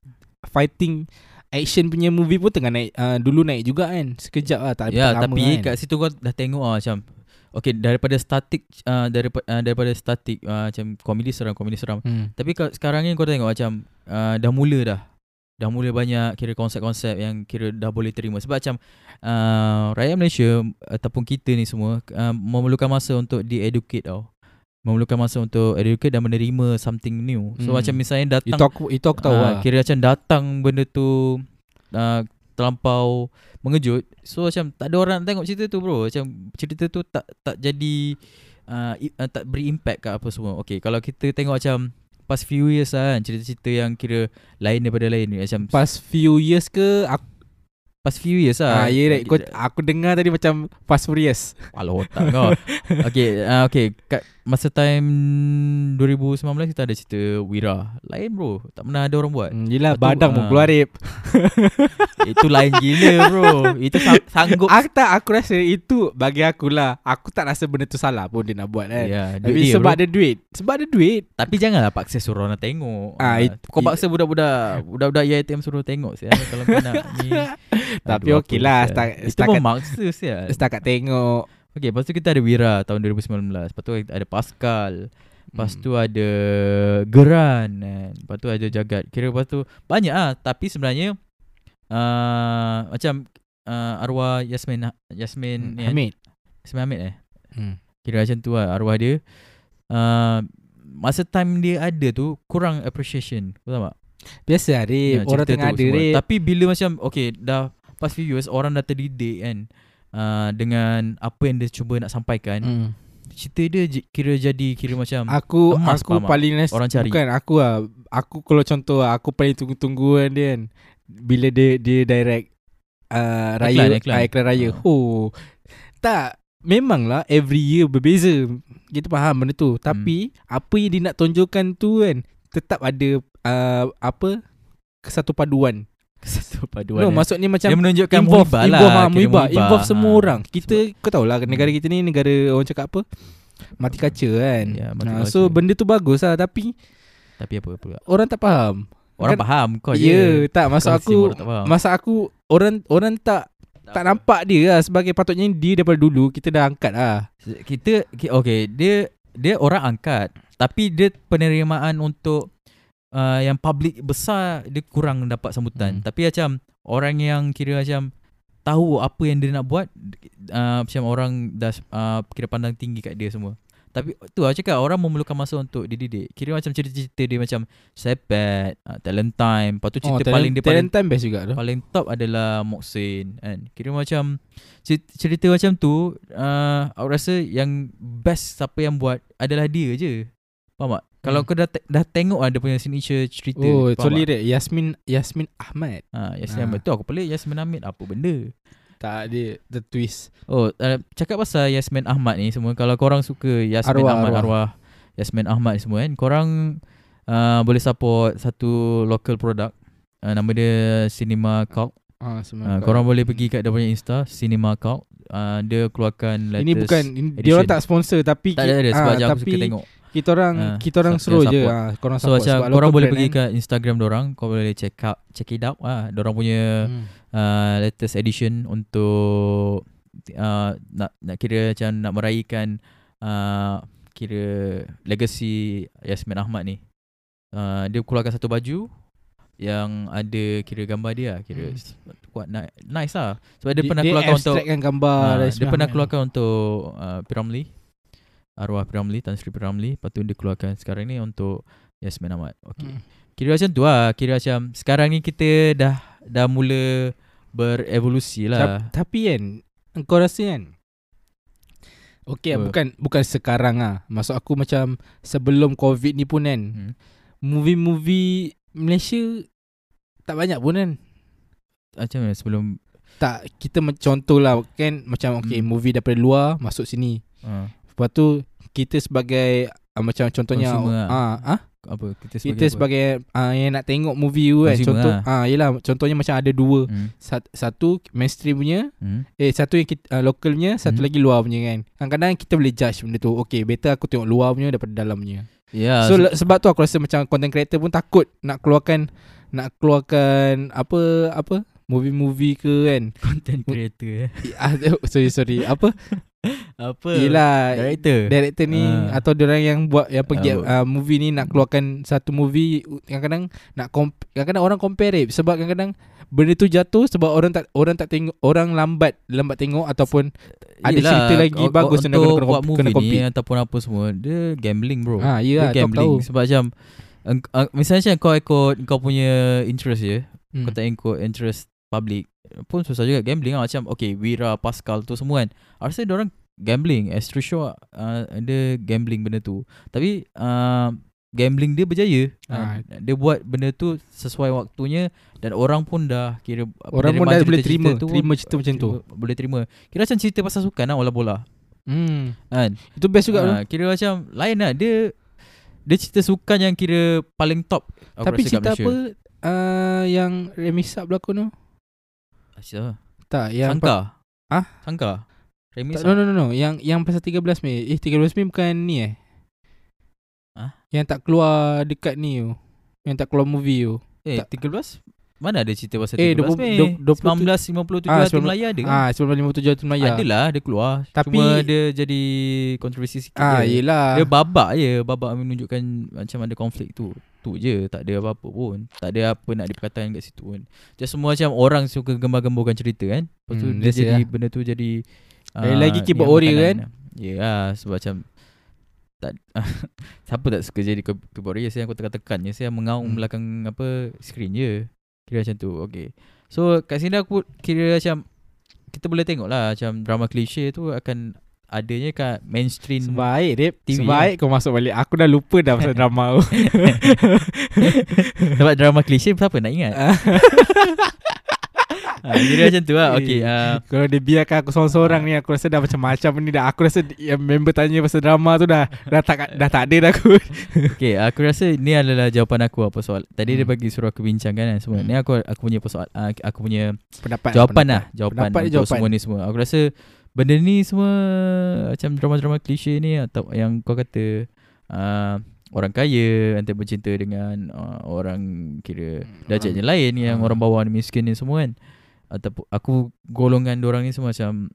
fighting action punya movie pun tengah naik uh, dulu naik juga kan sekejap lah tak Ya tak lama tapi kat kan. situ kau dah tengok lah macam Okay daripada static uh, daripada, uh, daripada static uh, Macam komedi seram Komedi seram hmm. Tapi kau, sekarang ni kau tengok macam uh, Dah mula dah Dah mula banyak kira konsep-konsep yang kira dah boleh terima Sebab macam uh, rakyat Malaysia ataupun kita ni semua uh, Memerlukan masa untuk di-educate tau Memerlukan masa untuk educate dan menerima something new So Hmm. macam misalnya datang itu aku itu aku tahu Ah, lah. Kira macam datang benda tu uh, terlampau mengejut. So macam tak ada orang nak tengok cerita tu bro. Macam cerita tu tak tak jadi uh, i- uh, tak beri impact kat apa semua. Okay kalau kita tengok macam past few years lah kan cerita-cerita yang kira lain daripada lain ni. macam Pas few years ke aku, past few years ah, lah. ya, right. Kau, Kita- aku dengar tadi macam Fast Furious. Alah otak kau Okay uh, Okay Kat masa time 2019 Kita ada cerita Wira Lain bro Tak pernah ada orang buat Hmm, Lepas yelah tu, badang pun ah. keluar rip. Itu lain gila bro Itu sang- sanggup Aku tak aku rasa itu bagi aku lah. Aku tak rasa benda tu salah pun dia nak buat kan. Ya, duit Tapi dia, sebab bro. ada duit. Sebab ada duit. Tapi janganlah paksa suruh orang tengok. Ah, Ah, it- kau it- paksa budak-budak budak-budak E yatim suruh tengok sial kalau kau nak ni. Tapi Aduh, okey apa lah, sial. setakat- Itu pun setakat- maksa sial. Setakat tengok. Okey, lepas tu kita ada Wira tahun 2019. Lepas tu ada Pascal. Lepas Hmm. tu ada Geran kan. Lepas tu ada Jagat. Kira lepas tu banyak ah tapi sebenarnya uh, macam uh, arwah Yasmin Yasmin ni kan? Hmm, Hamid. Yasmin Hamid eh. Hmm. Kira macam tu lah arwah dia uh, Masa time dia ada tu Kurang appreciation Kau faham tak? Biasa lah Rip Ya, Orang cerita tengah tu ada semua. Rip Tapi bila macam Okay dah Past few years Orang dah terdidik kan uh, Dengan Apa yang dia cuba nak sampaikan hmm. Ah, Cerita dia j- Kira jadi Kira macam Aku Emas, Aku faham tak? paling nas- Orang cari. Bukan aku lah Aku kalau contoh lah, Aku paling tunggu-tungguan dia kan Bila dia Dia direct uh, Raya Iklan, iklan. ah, iklan Raya Ah. Oh Tak Memang lah Every year berbeza Kita faham benda Hmm. tu Tapi Apa yang dia nak tonjolkan tu kan Tetap ada uh, Apa Kesatu paduan Satu paduan eh. No maksudnya macam Dia menunjukkan involve, muhibah lah involve, ha, Kira muhibah, involve semua ha. orang. Kita kau tahu lah negara kita ni negara orang cakap apa? Mati kaca kan. Ya, mati ha, kaca. so benda tu bagus lah tapi Tapi apa pula orang tak faham. Orang Kan- faham kau ya, je tak Kau masa aku mesti orang tak faham. masa aku orang orang tak tak nampak dia lah sebagai patutnya dia daripada dulu kita dah angkat lah. kita ki- okay dia dia orang angkat tapi dia penerimaan untuk uh, yang public besar dia kurang dapat sambutan Hmm. hmm. tapi macam orang yang kira macam tahu apa yang dia nak buat uh, macam orang dah uh, kira pandang tinggi kat dia semua tapi tu aku cakap orang memerlukan masa untuk dididik kira macam cerita-cerita dia macam sepet uh, talent time lepas tu cerita oh, talent, paling dia paling talent time best juga tu. paling top adalah Moksin kan. Kira macam cerita, cerita macam tu uh, aku rasa yang best siapa yang buat adalah dia je. Faham tak? Kalau Hmm. kau dah, te- dah tengok ada punya signature cerita. Oh, faham sorry tak? Rek. Yasmin Yasmin Ahmad. Ha, Yasin Ah. Ahmad tu aku pelik Yasmin Ahmad apa benda. Tak dia the twist. Oh, uh, cakap pasal Yasmin Ahmad ni semua kalau korang suka Yasmin Arwah, Ahmad arwah. arwah. Yasmin Ahmad ni semua kan, korang uh, boleh support satu local product. Uh, nama dia Cinema Cult. Uh, Ah, semua. korang boleh pergi kat dia punya Insta Cinema Cult. Uh, dia keluarkan latest ini bukan ini, dia edition. orang tak sponsor tapi tak ada, ada ah, sebab uh, aku tapi suka tengok. Kita orang Ah, kita orang sup- suruh yang je. support. Ah, korang So support macam Sebab korang local boleh brand pergi kan. ke Instagram dorang Kau boleh check out Check it out lah Dorang punya Hmm. uh, Latest edition Untuk uh, nak, nak kira macam Nak meraihkan uh, Kira Legacy Yasmin Ahmad ni uh, Dia keluarkan satu baju Yang ada Kira gambar dia lah Kira Hmm. hmm. Kuat ni- nice lah Sebab dia, Di- pernah keluarkan untuk abstractkan gambar Ah, dari dia Ismail pernah Ahmad. keluarkan untuk uh, Piramli arwah Piramli Tan Sri Piramli lepas tu dia keluarkan sekarang ni untuk Yasmin Ahmad okey Hmm. kira macam tu lah kira macam sekarang ni kita dah dah mula berevolusi Ta- lah Tapi kan Kau rasa kan Okay Apa? bukan Bukan sekarang ah. Maksud aku macam Sebelum covid ni pun Hmm. kan Movie-movie Malaysia Tak banyak pun kan macam mana sebelum Tak Kita men- contoh lah Kan macam Okay Hmm. movie daripada luar Masuk sini uh, Lepas tu Kita sebagai ah, Macam contohnya Consumer lah. ah, ah, apa kita sebagai Kita apa? sebagai ah, Yang nak tengok movie tu kan Consumer Contoh ah, Yelah contohnya macam ada dua hmm. Sat- Satu mainstream punya Hmm. Eh satu yang kita, uh, local punya Satu Hmm. lagi luar punya kan Kadang-kadang kita boleh judge benda tu Okay better aku tengok luar punya Daripada dalam punya Yeah, Ya, So le- sebab tu aku rasa macam Content creator pun takut Nak keluarkan Nak keluarkan Apa Apa Movie-movie ke kan content creator eh. Ah, Sorry sorry Apa apa Yelah director Director ni Ah. Atau orang yang buat Yang pergi Ah, uh, movie ni Nak keluarkan Satu movie Kadang-kadang Nak comp- Kadang-kadang orang compare it, Sebab kadang-kadang Benda tu jatuh Sebab orang tak Orang tak tengok Orang lambat Lambat tengok Ataupun ada Yelah, cerita lagi o- o- bagus yang untuk kena- kena buat comp- movie kena ni compete. ataupun apa semua dia gambling bro Ha, ya lah, dia kau tahu. gambling sebab macam eng- uh, misalnya macam kau ikut kau punya interest je Hmm. kau tak ikut interest public pun susah juga gambling lah macam okay Wira Pascal tu semua kan I rasa orang gambling Astro Show uh, dia gambling benda tu tapi uh, gambling dia berjaya Ah. uh, dia buat benda tu sesuai waktunya dan orang pun dah kira Orang pun penerimaan dah boleh cerita-cerita terima tu Terima cerita macam tu terima- boleh terima kira macam cerita pasal sukan lah bola bola hmm. kan Itu best juga Ah, kira macam lain lah dia dia cerita sukan yang kira paling top aku Tapi rasa kat cerita Malaysia. apa uh, Yang Remisa berlakon tu Cerita apa Tak yang sangka Ah? sangka pa- remis tak, No no no no Yang yang pasal 13 Mei Eh 13 Mei bukan ni eh Ah? Yang tak keluar dekat ni tu Yang tak keluar movie tu eh tak. 13 mana ada cerita pasal 13 Eh, dua, dua- Mei dua- dua puluh 1957 tu- Ah, ah, Hati sembilan- Melaya ada kan Ah, sebelum 57 tu Melayu. Adalah dia keluar Tapi- Cuma dia jadi kontroversi sikit Ah, je. yelah. Dia babak je Babak menunjukkan Macam ada konflik tu Tu je Tak ada apa-apa pun Tak ada apa nak diperkataan kat situ pun Macam semua macam Orang suka gembar-gemborkan cerita kan Lepas tu Hmm, hmm, dia biasa jadi lah. Benda tu jadi Lagi- lagi ni keyboard warrior kan? makanan. Ya yeah, sebab macam tak, Siapa tak suka jadi key- keyboard warrior Saya aku tekan-tekan je Saya mengaung Hmm. hmm. belakang apa Screen je Kira macam tu Okay So kat sini aku kira macam Kita boleh tengok lah Macam drama klise tu akan Adanya kat mainstream Sebaik Rip TV, Sebaik kau masuk balik Aku dah lupa dah pasal drama tu Sebab drama klise siapa nak Ah. ingat ha, Kira macam tu lah Okay uh, Kalau dia biarkan aku seorang-seorang ni Aku rasa dah macam-macam ni dah Aku rasa yang member tanya pasal drama tu dah Dah tak, dah tak ada dah aku okay Aku rasa ni adalah jawapan aku apa soal Tadi dia Hmm. bagi suruh aku bincang kan semua Hmm. Ni aku aku punya persoal, uh, Aku punya Pendapat jawapan lah Jawapan Pendapat dia untuk jawapan. semua ni semua Aku rasa benda ni semua Macam drama-drama klise ni Atau yang kau kata uh, Orang kaya Antara bercinta dengan uh, Orang kira Hmm, darjatnya lain yang Ah. orang bawah ni miskin ni semua kan ataupun aku golongan orang ni semua macam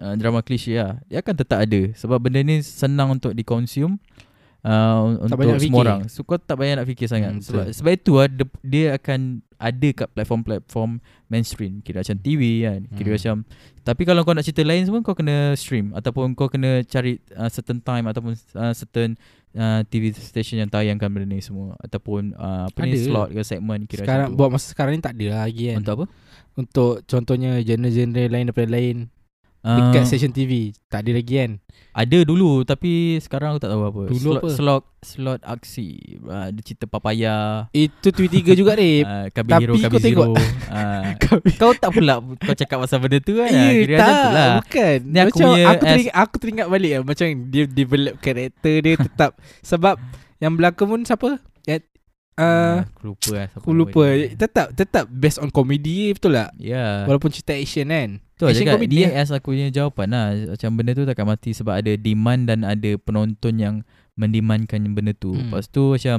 uh, drama klise lah dia akan tetap ada sebab benda ni senang untuk dikonsum uh, Tak untuk banyak semua fikir. orang so kau tak payah nak fikir sangat Hmm, hmm, betul. sebab sebab itu lah, dia, dia akan ada kat platform-platform mainstream kira macam TV kan kira Hmm. macam tapi kalau kau nak cerita lain semua kau kena stream ataupun kau kena cari uh, certain time ataupun uh, certain uh, TV station yang tayangkan benda ni semua ataupun uh, apa ni Ada. slot ke segmen kira Sekarang macam tu. buat masa sekarang ni tak ada lah lagi kan Untuk apa? Untuk contohnya genre-genre lain daripada lain Uh, Dekat station TV Tak ada lagi kan ada dulu tapi sekarang aku tak tahu apa. Dulu slot, apa? slot slot aksi. Uh, dia cerita papaya. Itu TV3 juga Rip Uh, Kabi Eh, tapi Hero, Kabi kau tengok. Zero uh, Kau tak pula Kau cakap pasal benda tu kan Ya, Kira macam tu lah Bukan Ni aku aku Macam punya as- aku, teringat, aku teringat balik lah. Macam dia develop karakter dia tetap Sebab Yang berlakon pun siapa At, Ah, uh, Aku lupa lah siapa Aku nama lupa dia. Tetap Tetap based on comedy Betul tak Ya Walaupun cerita action kan Tu lah action cakap comedy Dia lah. as aku punya jawapan lah Macam benda tu takkan mati Sebab ada demand Dan ada penonton yang mendemandkan benda tu. Hmm. Hmm. Lepas tu macam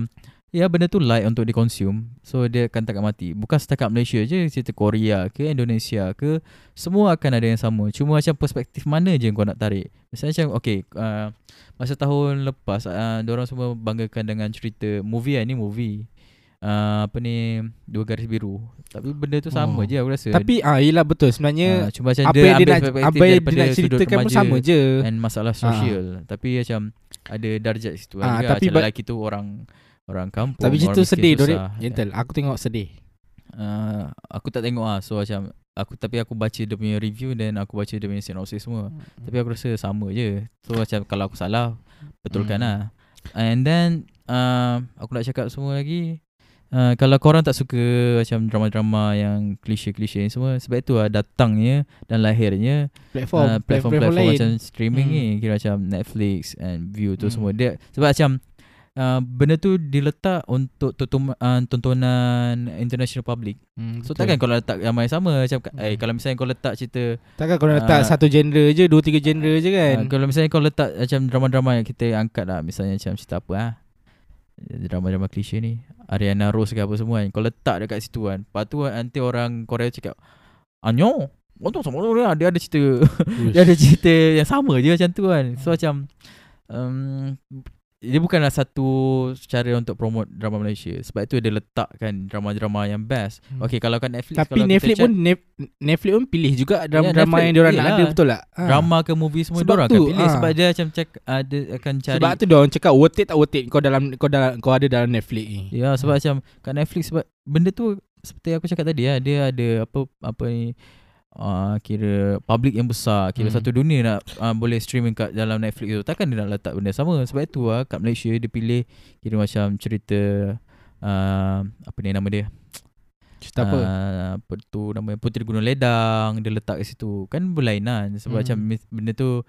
ya benda tu light untuk dikonsume. So dia akan takkan mati. Bukan setakat Malaysia je, cerita Korea ke Indonesia ke semua akan ada yang sama. Cuma macam perspektif mana je yang kau nak tarik. Misalnya macam okay uh, masa tahun lepas uh, orang semua banggakan dengan cerita movie lah ni movie. Uh, apa ni dua garis biru tapi benda tu sama Oh. je aku rasa Tapi ah yelah betul Ah, sebenarnya cuma macam apa yang dia nak perspektif apa yang dia daripada nak sudut ceritakan pun remaja sama je. and masalah sosial tapi macam ada darjat situ Ah, ha, juga tapi tapi ba- macam lelaki tu orang orang kampung Tapi orang situ miskin, sedih Dorek. Oh, susah. kan? Gentle. Aku tengok sedih. Ah, aku tak tengok ah so macam aku tapi aku baca dia punya review dan aku baca dia punya synopsis semua Hmm. tapi aku rasa sama je so macam kalau aku salah betulkan Hmm. lah and then uh, aku nak cakap semua lagi uh, kalau korang tak suka macam drama-drama yang klise-klise ni semua sebab itu lah datangnya dan lahirnya platform, Platform, uh, platform, platform, lain. macam streaming Hmm. hmm. ni kira macam Netflix and View tu Hmm. hmm. semua dia sebab macam uh, benda tu diletak untuk tutum, uh, tontonan international public Hmm, so betul. takkan kalau letak yang main sama macam Hmm. hmm. eh kalau misalnya kau letak cerita Takkan kau nak Ah. letak satu genre je, dua tiga genre je kan. uh, kalau misalnya kau letak macam drama-drama yang kita angkat lah misalnya macam cerita apa ah drama-drama klise ni Ariana Rose ke apa semua kan kau letak dekat situ kan lepas tu nanti orang Korea cakap anyo Oh tu sama orang dia ada cerita Uish. dia ada cerita yang sama je macam tu kan Hmm. So macam um, Dia bukanlah satu cara untuk promote drama Malaysia Sebab tu dia letakkan drama-drama yang best Hmm. Okay kalau kan Netflix Tapi kalau Netflix kita Ya, pun Nef- Netflix pun pilih juga drama-drama Netflix yang diorang nak pilih ada lah. betul tak? Ah. Drama ke movie semua Sebab Sebab orang tu, akan pilih ah. Sebab dia macam cek, uh, dia akan cari Sebab tu diorang cakap worth it tak worth it kau dalam kau dalam kau ada dalam Netflix ni. Ya sebab macam Kat Netflix sebab Benda tu Seperti aku cakap tadi lah Dia ada apa Apa ni Uh, kira public yang besar Kira hmm. Hmm. satu dunia nak uh, Boleh streaming kat dalam Netflix tu Takkan dia nak letak benda sama Sebab itu lah Kat Malaysia dia pilih Kira macam cerita uh, Apa ni nama dia Cerita apa? Uh, apa tu nama Puteri Gunung Ledang Dia letak kat situ Kan berlainan Sebab Hmm. macam mit- Benda tu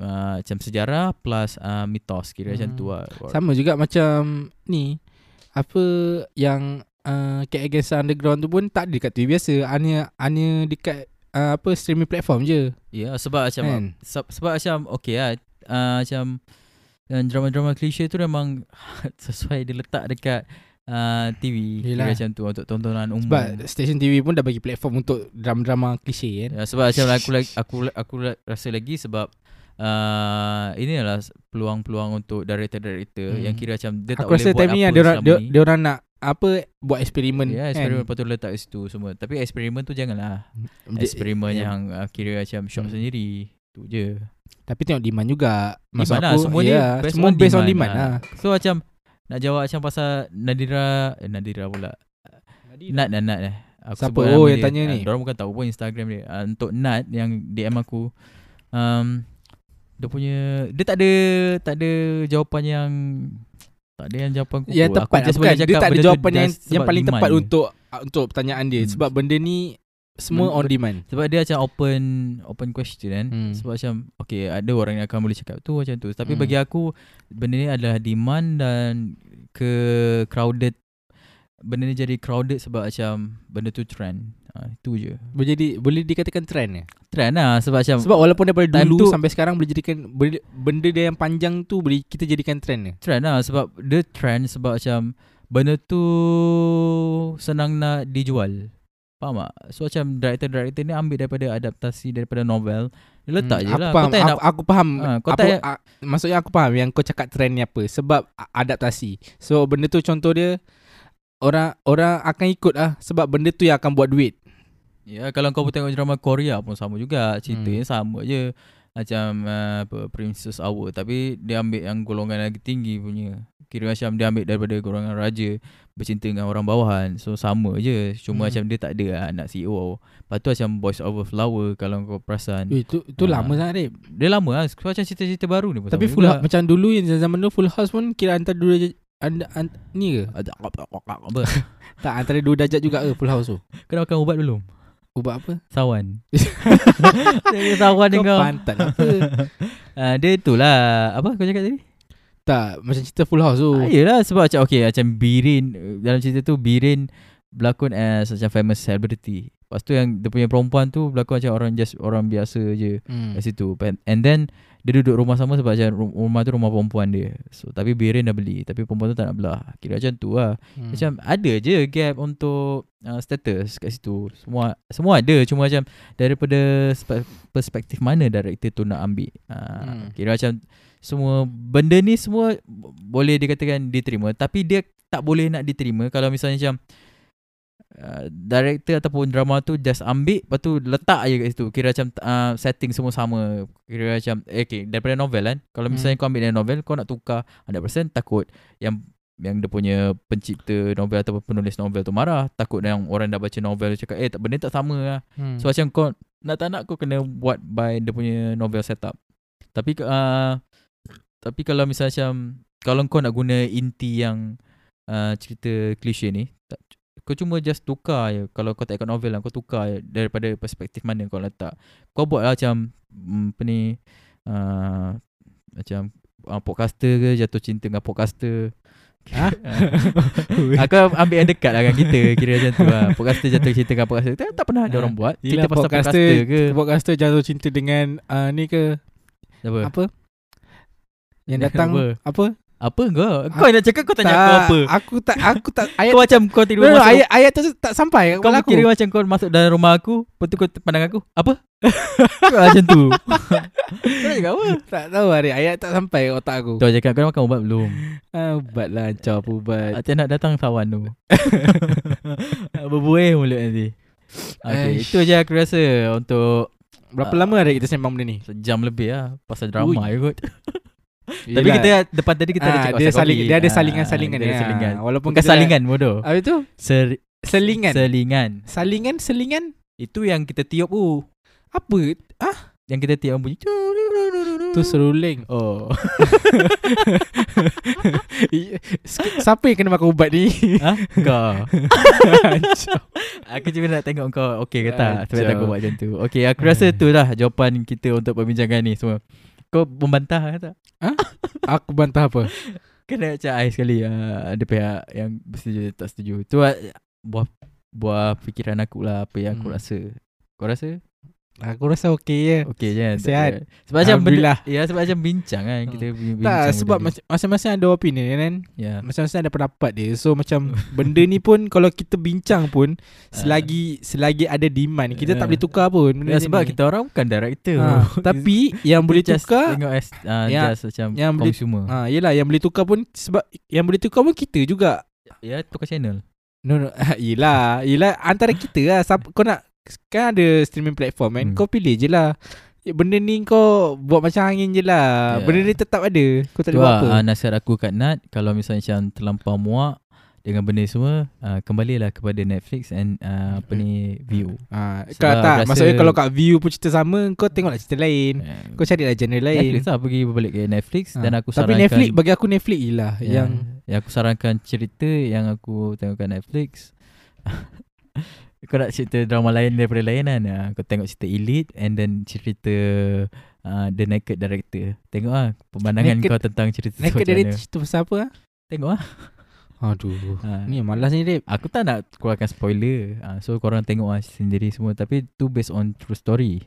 uh, Macam sejarah Plus uh, mitos Kira macam Hmm. tu lah Sama juga macam ni apa yang uh, Cat Against the Underground tu pun tak ada dekat TV biasa. Hanya hanya dekat uh, apa streaming platform je. Ya sebab macam Kan? sebab, sebab macam okay lah uh, macam dan drama-drama klise tu memang sesuai dia letak dekat uh, TV Kira Yelah. macam tu untuk tontonan umum Sebab stesen TV pun dah bagi platform untuk drama-drama klise ya, kan. sebab macam aku lagi aku aku la- rasa lagi sebab uh, ini adalah peluang-peluang untuk director-director Hmm. yang kira macam dia tak Aku boleh rasa buat time ni apa yang diorang selama dia, ni. diorang nak apa buat eksperimen Ya, kan. eksperimen patut letak kat situ semua. Tapi eksperimen tu janganlah. Dia- Eksperimen ya. yang uh, kira macam shot Hmm. sendiri. Tu je. Tapi tengok demand juga. Demand Maksud lah, aku, semua ni ya, based semua on based on demand demand, lah. lah. So macam nak jawab macam pasal Nadira eh, Nadira pula. Nat dan Nat eh. Aku Siapa? sebut nama Oh, yang dia. tanya Ah, ni. Diorang bukan tahu pun Instagram dia. Ah, untuk Nat yang DM aku um, dia punya dia tak ada tak ada jawapan yang tak ada yang jawapan kuku. Yang tepat aku lah, just bukan boleh Dia cakap tak ada benda tu jawapan yang, just yang sebab paling demand tepat je. untuk ah, untuk pertanyaan dia Hmm. Sebab benda ni Semua Men- on demand sebab dia macam open open question kan. Hmm. Sebab macam okay ada orang yang akan boleh cakap tu macam tu. Tapi Hmm. bagi aku benda ni adalah demand dan ke crowded benda ni jadi crowded sebab macam benda tu trend. Ha, itu je. Boleh jadi Boleh dikatakan trend ya Trend lah sebab macam Sebab walaupun Time daripada dulu tu- sampai sekarang Boleh jadikan boleh- Benda dia yang panjang tu boleh Kita jadikan trend ya trend lah sebab dia trend sebab macam benda tu senang nak dijual. Faham tak? So macam director-director ni ambil daripada adaptasi daripada novel. Dia letak Hmm, je aku lah. Faham, Kau tak nak aku, aku faham. Ah, kau apa, tak payah- a- maksudnya aku faham yang kau cakap trend ni apa. Sebab a- adaptasi. So benda tu contoh dia orang orang akan ikut lah sebab benda tu yang akan buat duit. Ya kalau kau tengok drama Korea pun sama juga Cerita Hmm. hmm. yang sama je Macam uh, apa, Princess Hour Tapi dia ambil yang golongan lagi tinggi punya Kira macam dia ambil daripada golongan raja Bercinta dengan orang bawahan So sama je Cuma Hmm. hmm. macam dia tak ada lah, anak CEO Lepas tu macam Boys Over Flower Kalau kau perasan Eh, tu tu Ah. lama sangat Rip. Dia lama lah so, Macam cerita-cerita baru ni pun Tapi sama full juga. house, macam dulu yang zaman dulu full house pun kira antara dua darjat anda, an, ni ke? Ada apa? Tak antara dua darjat juga ke full house tu? Kau dah makan ubat belum? Ubat apa? Sawan Dia Sawan Kau dengan pantat lah apa? uh, Dia itulah Apa kau cakap tadi? tak, macam cerita full house tu. Ah, yelah sebab macam okay macam Birin eh, dalam cerita tu Birin berlakon as macam famous celebrity. Lepas tu yang dia punya perempuan tu berlakon macam orang just orang biasa je Hmm. kat situ. And- And then dia duduk rumah sama sebab macam ru- rumah tu rumah perempuan dia. So tapi Birin dah beli tapi perempuan tu tak nak belah. Kira macam tu lah. Hmm. Macam ada je gap untuk uh, status kat situ. Semua semua ada cuma macam daripada spe- perspektif mana director tu nak ambil. Uh, Hmm. Kira macam semua benda ni semua b- boleh dikatakan diterima tapi dia tak boleh nak diterima kalau misalnya macam uh, director ataupun drama tu just ambil lepas tu letak je kat situ kira macam uh, setting semua sama kira macam eh, okay daripada novel kan kalau Hmm. misalnya kau ambil dari novel kau nak tukar 100% takut yang yang dia punya pencipta novel ataupun penulis novel tu marah takut yang orang dah baca novel cakap eh tak benda tak sama lah Hmm. So macam kau Nak tak nak kau kena buat By dia punya novel setup Tapi uh, Tapi kalau misalnya macam Kalau kau nak guna inti yang uh, Cerita klise ni tak, Kau cuma just tukar je Kalau kau tak ikut novel lah Kau tukar je Daripada perspektif mana kau letak Kau buat lah macam mm, Apa ni uh, Macam uh, Podcaster ke Jatuh cinta dengan podcaster Ha? Aku ambil yang dekat lah kan kita Kira macam tu lah Podcaster jatuh cinta dengan podcaster Tak, tak pernah ada orang buat Yelah, Cerita pasal podcaster- podcaster, ke Podcaster jatuh cinta dengan uh, ni ke Apa? apa? Yang datang Apa? apa? Apa kau? Kau nak cakap kau tanya aku apa? Aku tak aku tak ayat Kau macam kau no, tiba no, masuk ayat ayat tu tak sampai kat Kau kepala aku. kira macam kau masuk dalam rumah aku Lepas tu kau pandang aku Apa? Kau macam tu Kau nak cakap apa? tak tahu hari ayat tak sampai kat otak aku. Tu aku cakap kau dah makan ubat belum? Ah, ubat lah Ancah apa ubat Nanti nak datang sawan tu Berbuih mulut nanti Okay, Aish. itu je aku rasa Untuk Berapa Ah. lama hari kita sembang benda ni sejam lebih lah Pasal drama Ui. je kot Tapi kita Depan tadi kita ada ah, cakap dia pasal saling kopi. dia ada Ah, salingan-salingan Dia ada dia. salingan Ah, Walaupun Bukan kita- Ah, salingan bodoh Habis tu Ser- selingan. Selingan Salingan selingan Itu yang kita tiup tu apa? Yang kita tiup bunyi Tu seruling. Oh Siapa yang kena makan ubat ni? Ha? Kau Aku cuma nak tengok kau Okay ke Ah, tak Sebab tak aku buat macam tu Okay aku Hmm. rasa tu lah Jawapan kita untuk perbincangan ni semua Kau membantah ke tak? aku bantah apa? Kena macam I sekali uh, Ada pihak yang bersetuju tak setuju Tu uh, buah, buah fikiran aku lah Apa yang aku Hmm. rasa Kau rasa? Aku rasa okey je. Okay je kan? Tak Sihat. ada. Sebab macam benda Alhamdulillah. Hmm. Ya sebab macam bincang kan Kita bincang Tak benda sebab ni. mac- masing-masing ada opinion kan. Ya Masing-masing ada pendapat dia. So macam benda ni pun kalau kita bincang pun selagi selagi ada demand kita Ah. tak boleh tukar pun benda Ya, ni sebab ni. kita orang bukan director. Ah, tapi yang boleh just tukar tengok as uh, yang- just macam yang boleh- consumer. ha yelah yang boleh tukar pun sebab yang boleh tukar pun kita juga. ya tukar channel. No no yelah yelah antara kita lah Siapa- kau nak kan ada streaming platform kan Hmm. kau pilih je lah. Eh, Benda ni kau buat macam angin je lah. Ya. Benda ni tetap ada. Kau tak Tu boleh buat lah apa. uh, nasihat aku kat Nat kalau misalnya macam terlampau muak dengan benda semua uh, kembalilah kepada Netflix and uh, Hmm. apa ni view. Ha, Sebab kalau tak, rasa- maksudnya kalau kat view pun cerita sama, kau tengoklah cerita lain. Hmm. Kau carilah genre lain. Eh, Netflix lah pergi balik ke Netflix Ha, dan aku Tapi sarankan Netflix bagi aku Netflix je lah Ya, yang yang aku sarankan cerita yang aku tengok kat Netflix. kau nak cerita drama lain daripada lain kan? Ah, Kau tengok cerita Elite and then cerita uh, The Naked Director. Tengok ah pemandangan Naked- kau tentang cerita tu Naked macam dari mana. cerita pasal apa ah? Tengok ah. Aduh. Ah, Ni malas ni Dip. Aku tak nak keluarkan spoiler. Ah, so korang tengok ah sendiri semua tapi tu based on true story.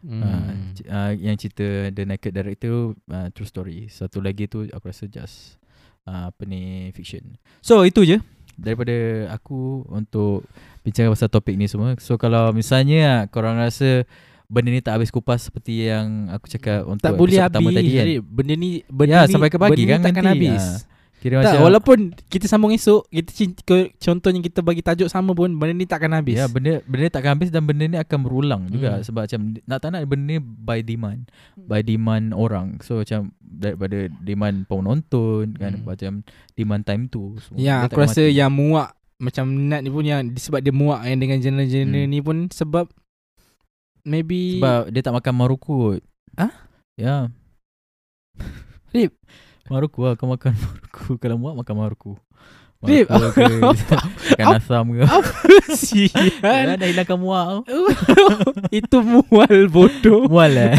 Hmm. Ah, c- ah, yang cerita The Naked Director uh, True Story Satu lagi tu aku rasa just uh, Apa ni Fiction So itu je Daripada aku Untuk Bincang pasal topik ni semua So kalau misalnya ah, Korang rasa Benda ni tak habis kupas Seperti yang Aku cakap Untuk tak boleh episod habis. pertama tadi kan Dip. Benda ni benda Ya, ni, sampai ke pagi benda ni kan takkan nanti. habis. Ah, Kira tak, macam walaupun kita sambung esok, kita cin- ke- contohnya kita bagi tajuk sama pun benda ni takkan habis. Ya benda benda ni takkan habis dan benda ni akan berulang juga Hmm. sebab macam nak tak nak benda ni by demand. By demand orang. So macam daripada demand penonton kan Hmm. macam demand time tu. So, Ya, aku rasa mati. yang muak macam Nat ni pun yang sebab dia muak yang dengan genre-genre Hmm. hmm. ni pun sebab maybe sebab dia tak makan maruku. Hah? Ya. Rip. Maruku lah kau makan maruku Kalau muak makan maruku Rip, Maruku ke Makan apa- asam ke Sial Ya dah hilangkan muak tau. Itu mual bodoh Mual eh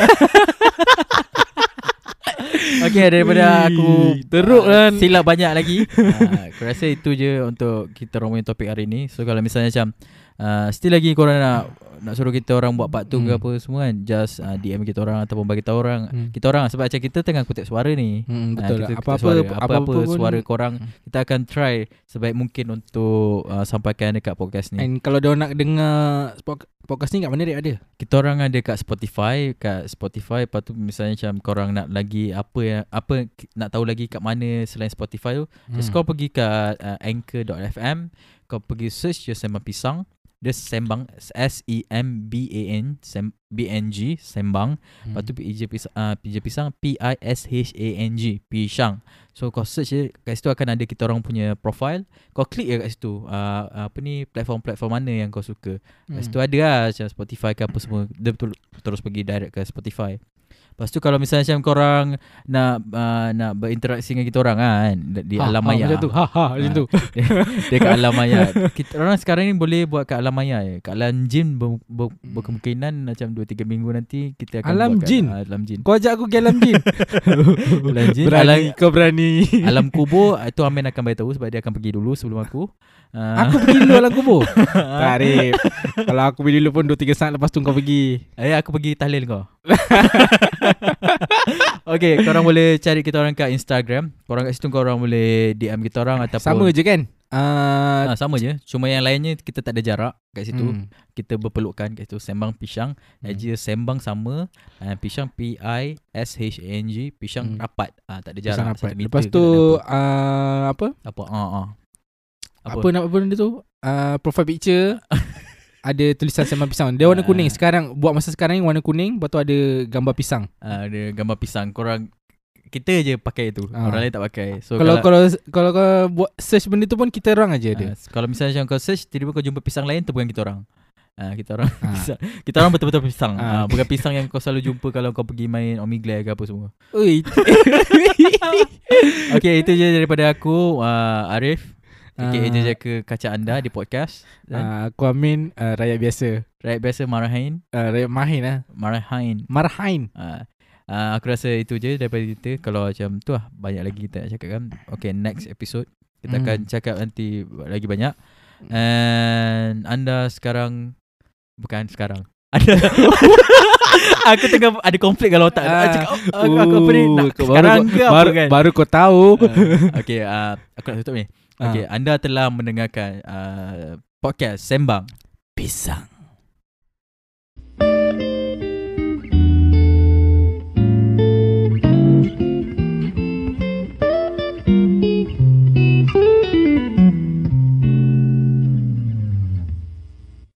Okay daripada Ui, aku teruk ah, kan. Silap banyak lagi Ah, Aku rasa itu je Untuk kita orang punya topik hari ni So kalau misalnya macam uh, Still ah, lagi korang nak nak suruh kita orang buat part tu ke Hmm. apa semua kan just uh, DM kita orang ataupun bagi tahu orang Hmm. Ah, kita orang lah, sebab macam kita tengah kutip suara ni. Ah, kita Hmm, betul lah. kutip Apa-apa suara. apa-apa apa-apa pun- suara korang Hmm. kita akan try sebaik mungkin untuk uh, sampaikan dekat podcast ni. And kalau dia nak dengar spok- podcast ni kat mana dia ada? Kita orang ada kat Spotify, kat Spotify lepas tu misalnya macam korang nak lagi apa yang apa nak tahu lagi kat mana selain Spotify tu Hmm. Just kau pergi kat uh, anchor.fm Kau pergi search je Sembang Pisang Dia Sembang E S-E-M-B-A-N Sem- B-N-G Sembang Hmm. Lepas tu PJ Pisang, uh, PJ Pisang P-I-S-H-A-N-G Pisang So kau search je Kat situ akan ada kita orang punya profile Kau klik je kat situ uh, Apa ni Platform-platform mana yang kau suka Hmm. Lepas tu ada lah macam Spotify ke apa semua Dia betul, terus pergi direct ke Spotify Lepas tu kalau misalnya macam korang nak uh, nak berinteraksi dengan kita orang kan di Ha, alam ha, maya. Macam tu. Ha ha macam Ah. tu. Dekat alam maya. Kita orang sekarang ni boleh buat kat alam maya je. Kat alam jin ber, ber, berkemungkinan macam 2 3 minggu nanti kita akan Hmm. Alam buat jin? Kat, ah, alam jin. Kau ajak aku ke alam jin. Alam jin. Alam, berani kau berani. alam kubur ah, itu Amin akan bagi tahu sebab dia akan pergi dulu sebelum aku. Ah, Aku pergi dulu alam kubur. Tarif. Kalau aku pergi dulu pun 2 3 saat lepas tu kau pergi. Eh aku pergi tahlil kau Okay korang boleh cari kita orang kat Instagram Korang kat situ korang boleh DM kita orang Ataupun Sama je kan? Ah, ha, Sama je Cuma yang lainnya kita tak ada jarak Kat situ hmm. Kita berpelukan kat situ Sembang Pisang hmm. Aja sembang sama uh, Pisang P-I-S-H-A-N-G Pisang Hmm. rapat ah, Tak ada jarak Pisang satu rapat. meter Lepas ke tu tak ah, apa? ada Apa Apa, ah, ah. Apa, apa nak apa benda tu? Ah, profile picture ada tulisan sembang pisang. Dia Ah. warna kuning. Sekarang buat masa sekarang ni warna kuning, lepas tu ada gambar pisang. Ah, Ada gambar pisang Korang Kita je pakai tu Ah. Orang lain tak pakai so, kalau kalau kalau kau buat search benda tu pun kita orang aja Ah, ada. s- kalau misalnya macam kau search tiba-tiba kau jumpa pisang lain tu bukan kita orang. Ah kita orang Ah. pisang. Kita orang betul-betul pisang. Ah Ah. bukan pisang yang kau selalu jumpa kalau kau pergi main Omegle ke apa semua. Oi. Okey itu je daripada aku uh, Arif. Okey Ah. itu je ke kaca anda di podcast. Dan Ah, aku Amin ah, rakyat biasa. rakyat biasa marahain, Ah, rakyat mahin ah. marahain. Marhain. Ah ah, aku rasa itu je daripada kita Kalau macam tu lah Banyak lagi kita nak cakap kan Okay next episode Kita Hmm. akan cakap nanti Lagi banyak And Anda sekarang Bukan sekarang Anda Aku tengah ada konflik kalau tak Ah. Aku cakap oh, aku, aku apa ni nak kau sekarang baru, ke apa baru, kan baru kau tahu. Ah, Okay ah, Aku nak tutup ni Okay anda telah mendengarkan ah, uh, Podcast Sembang pisang.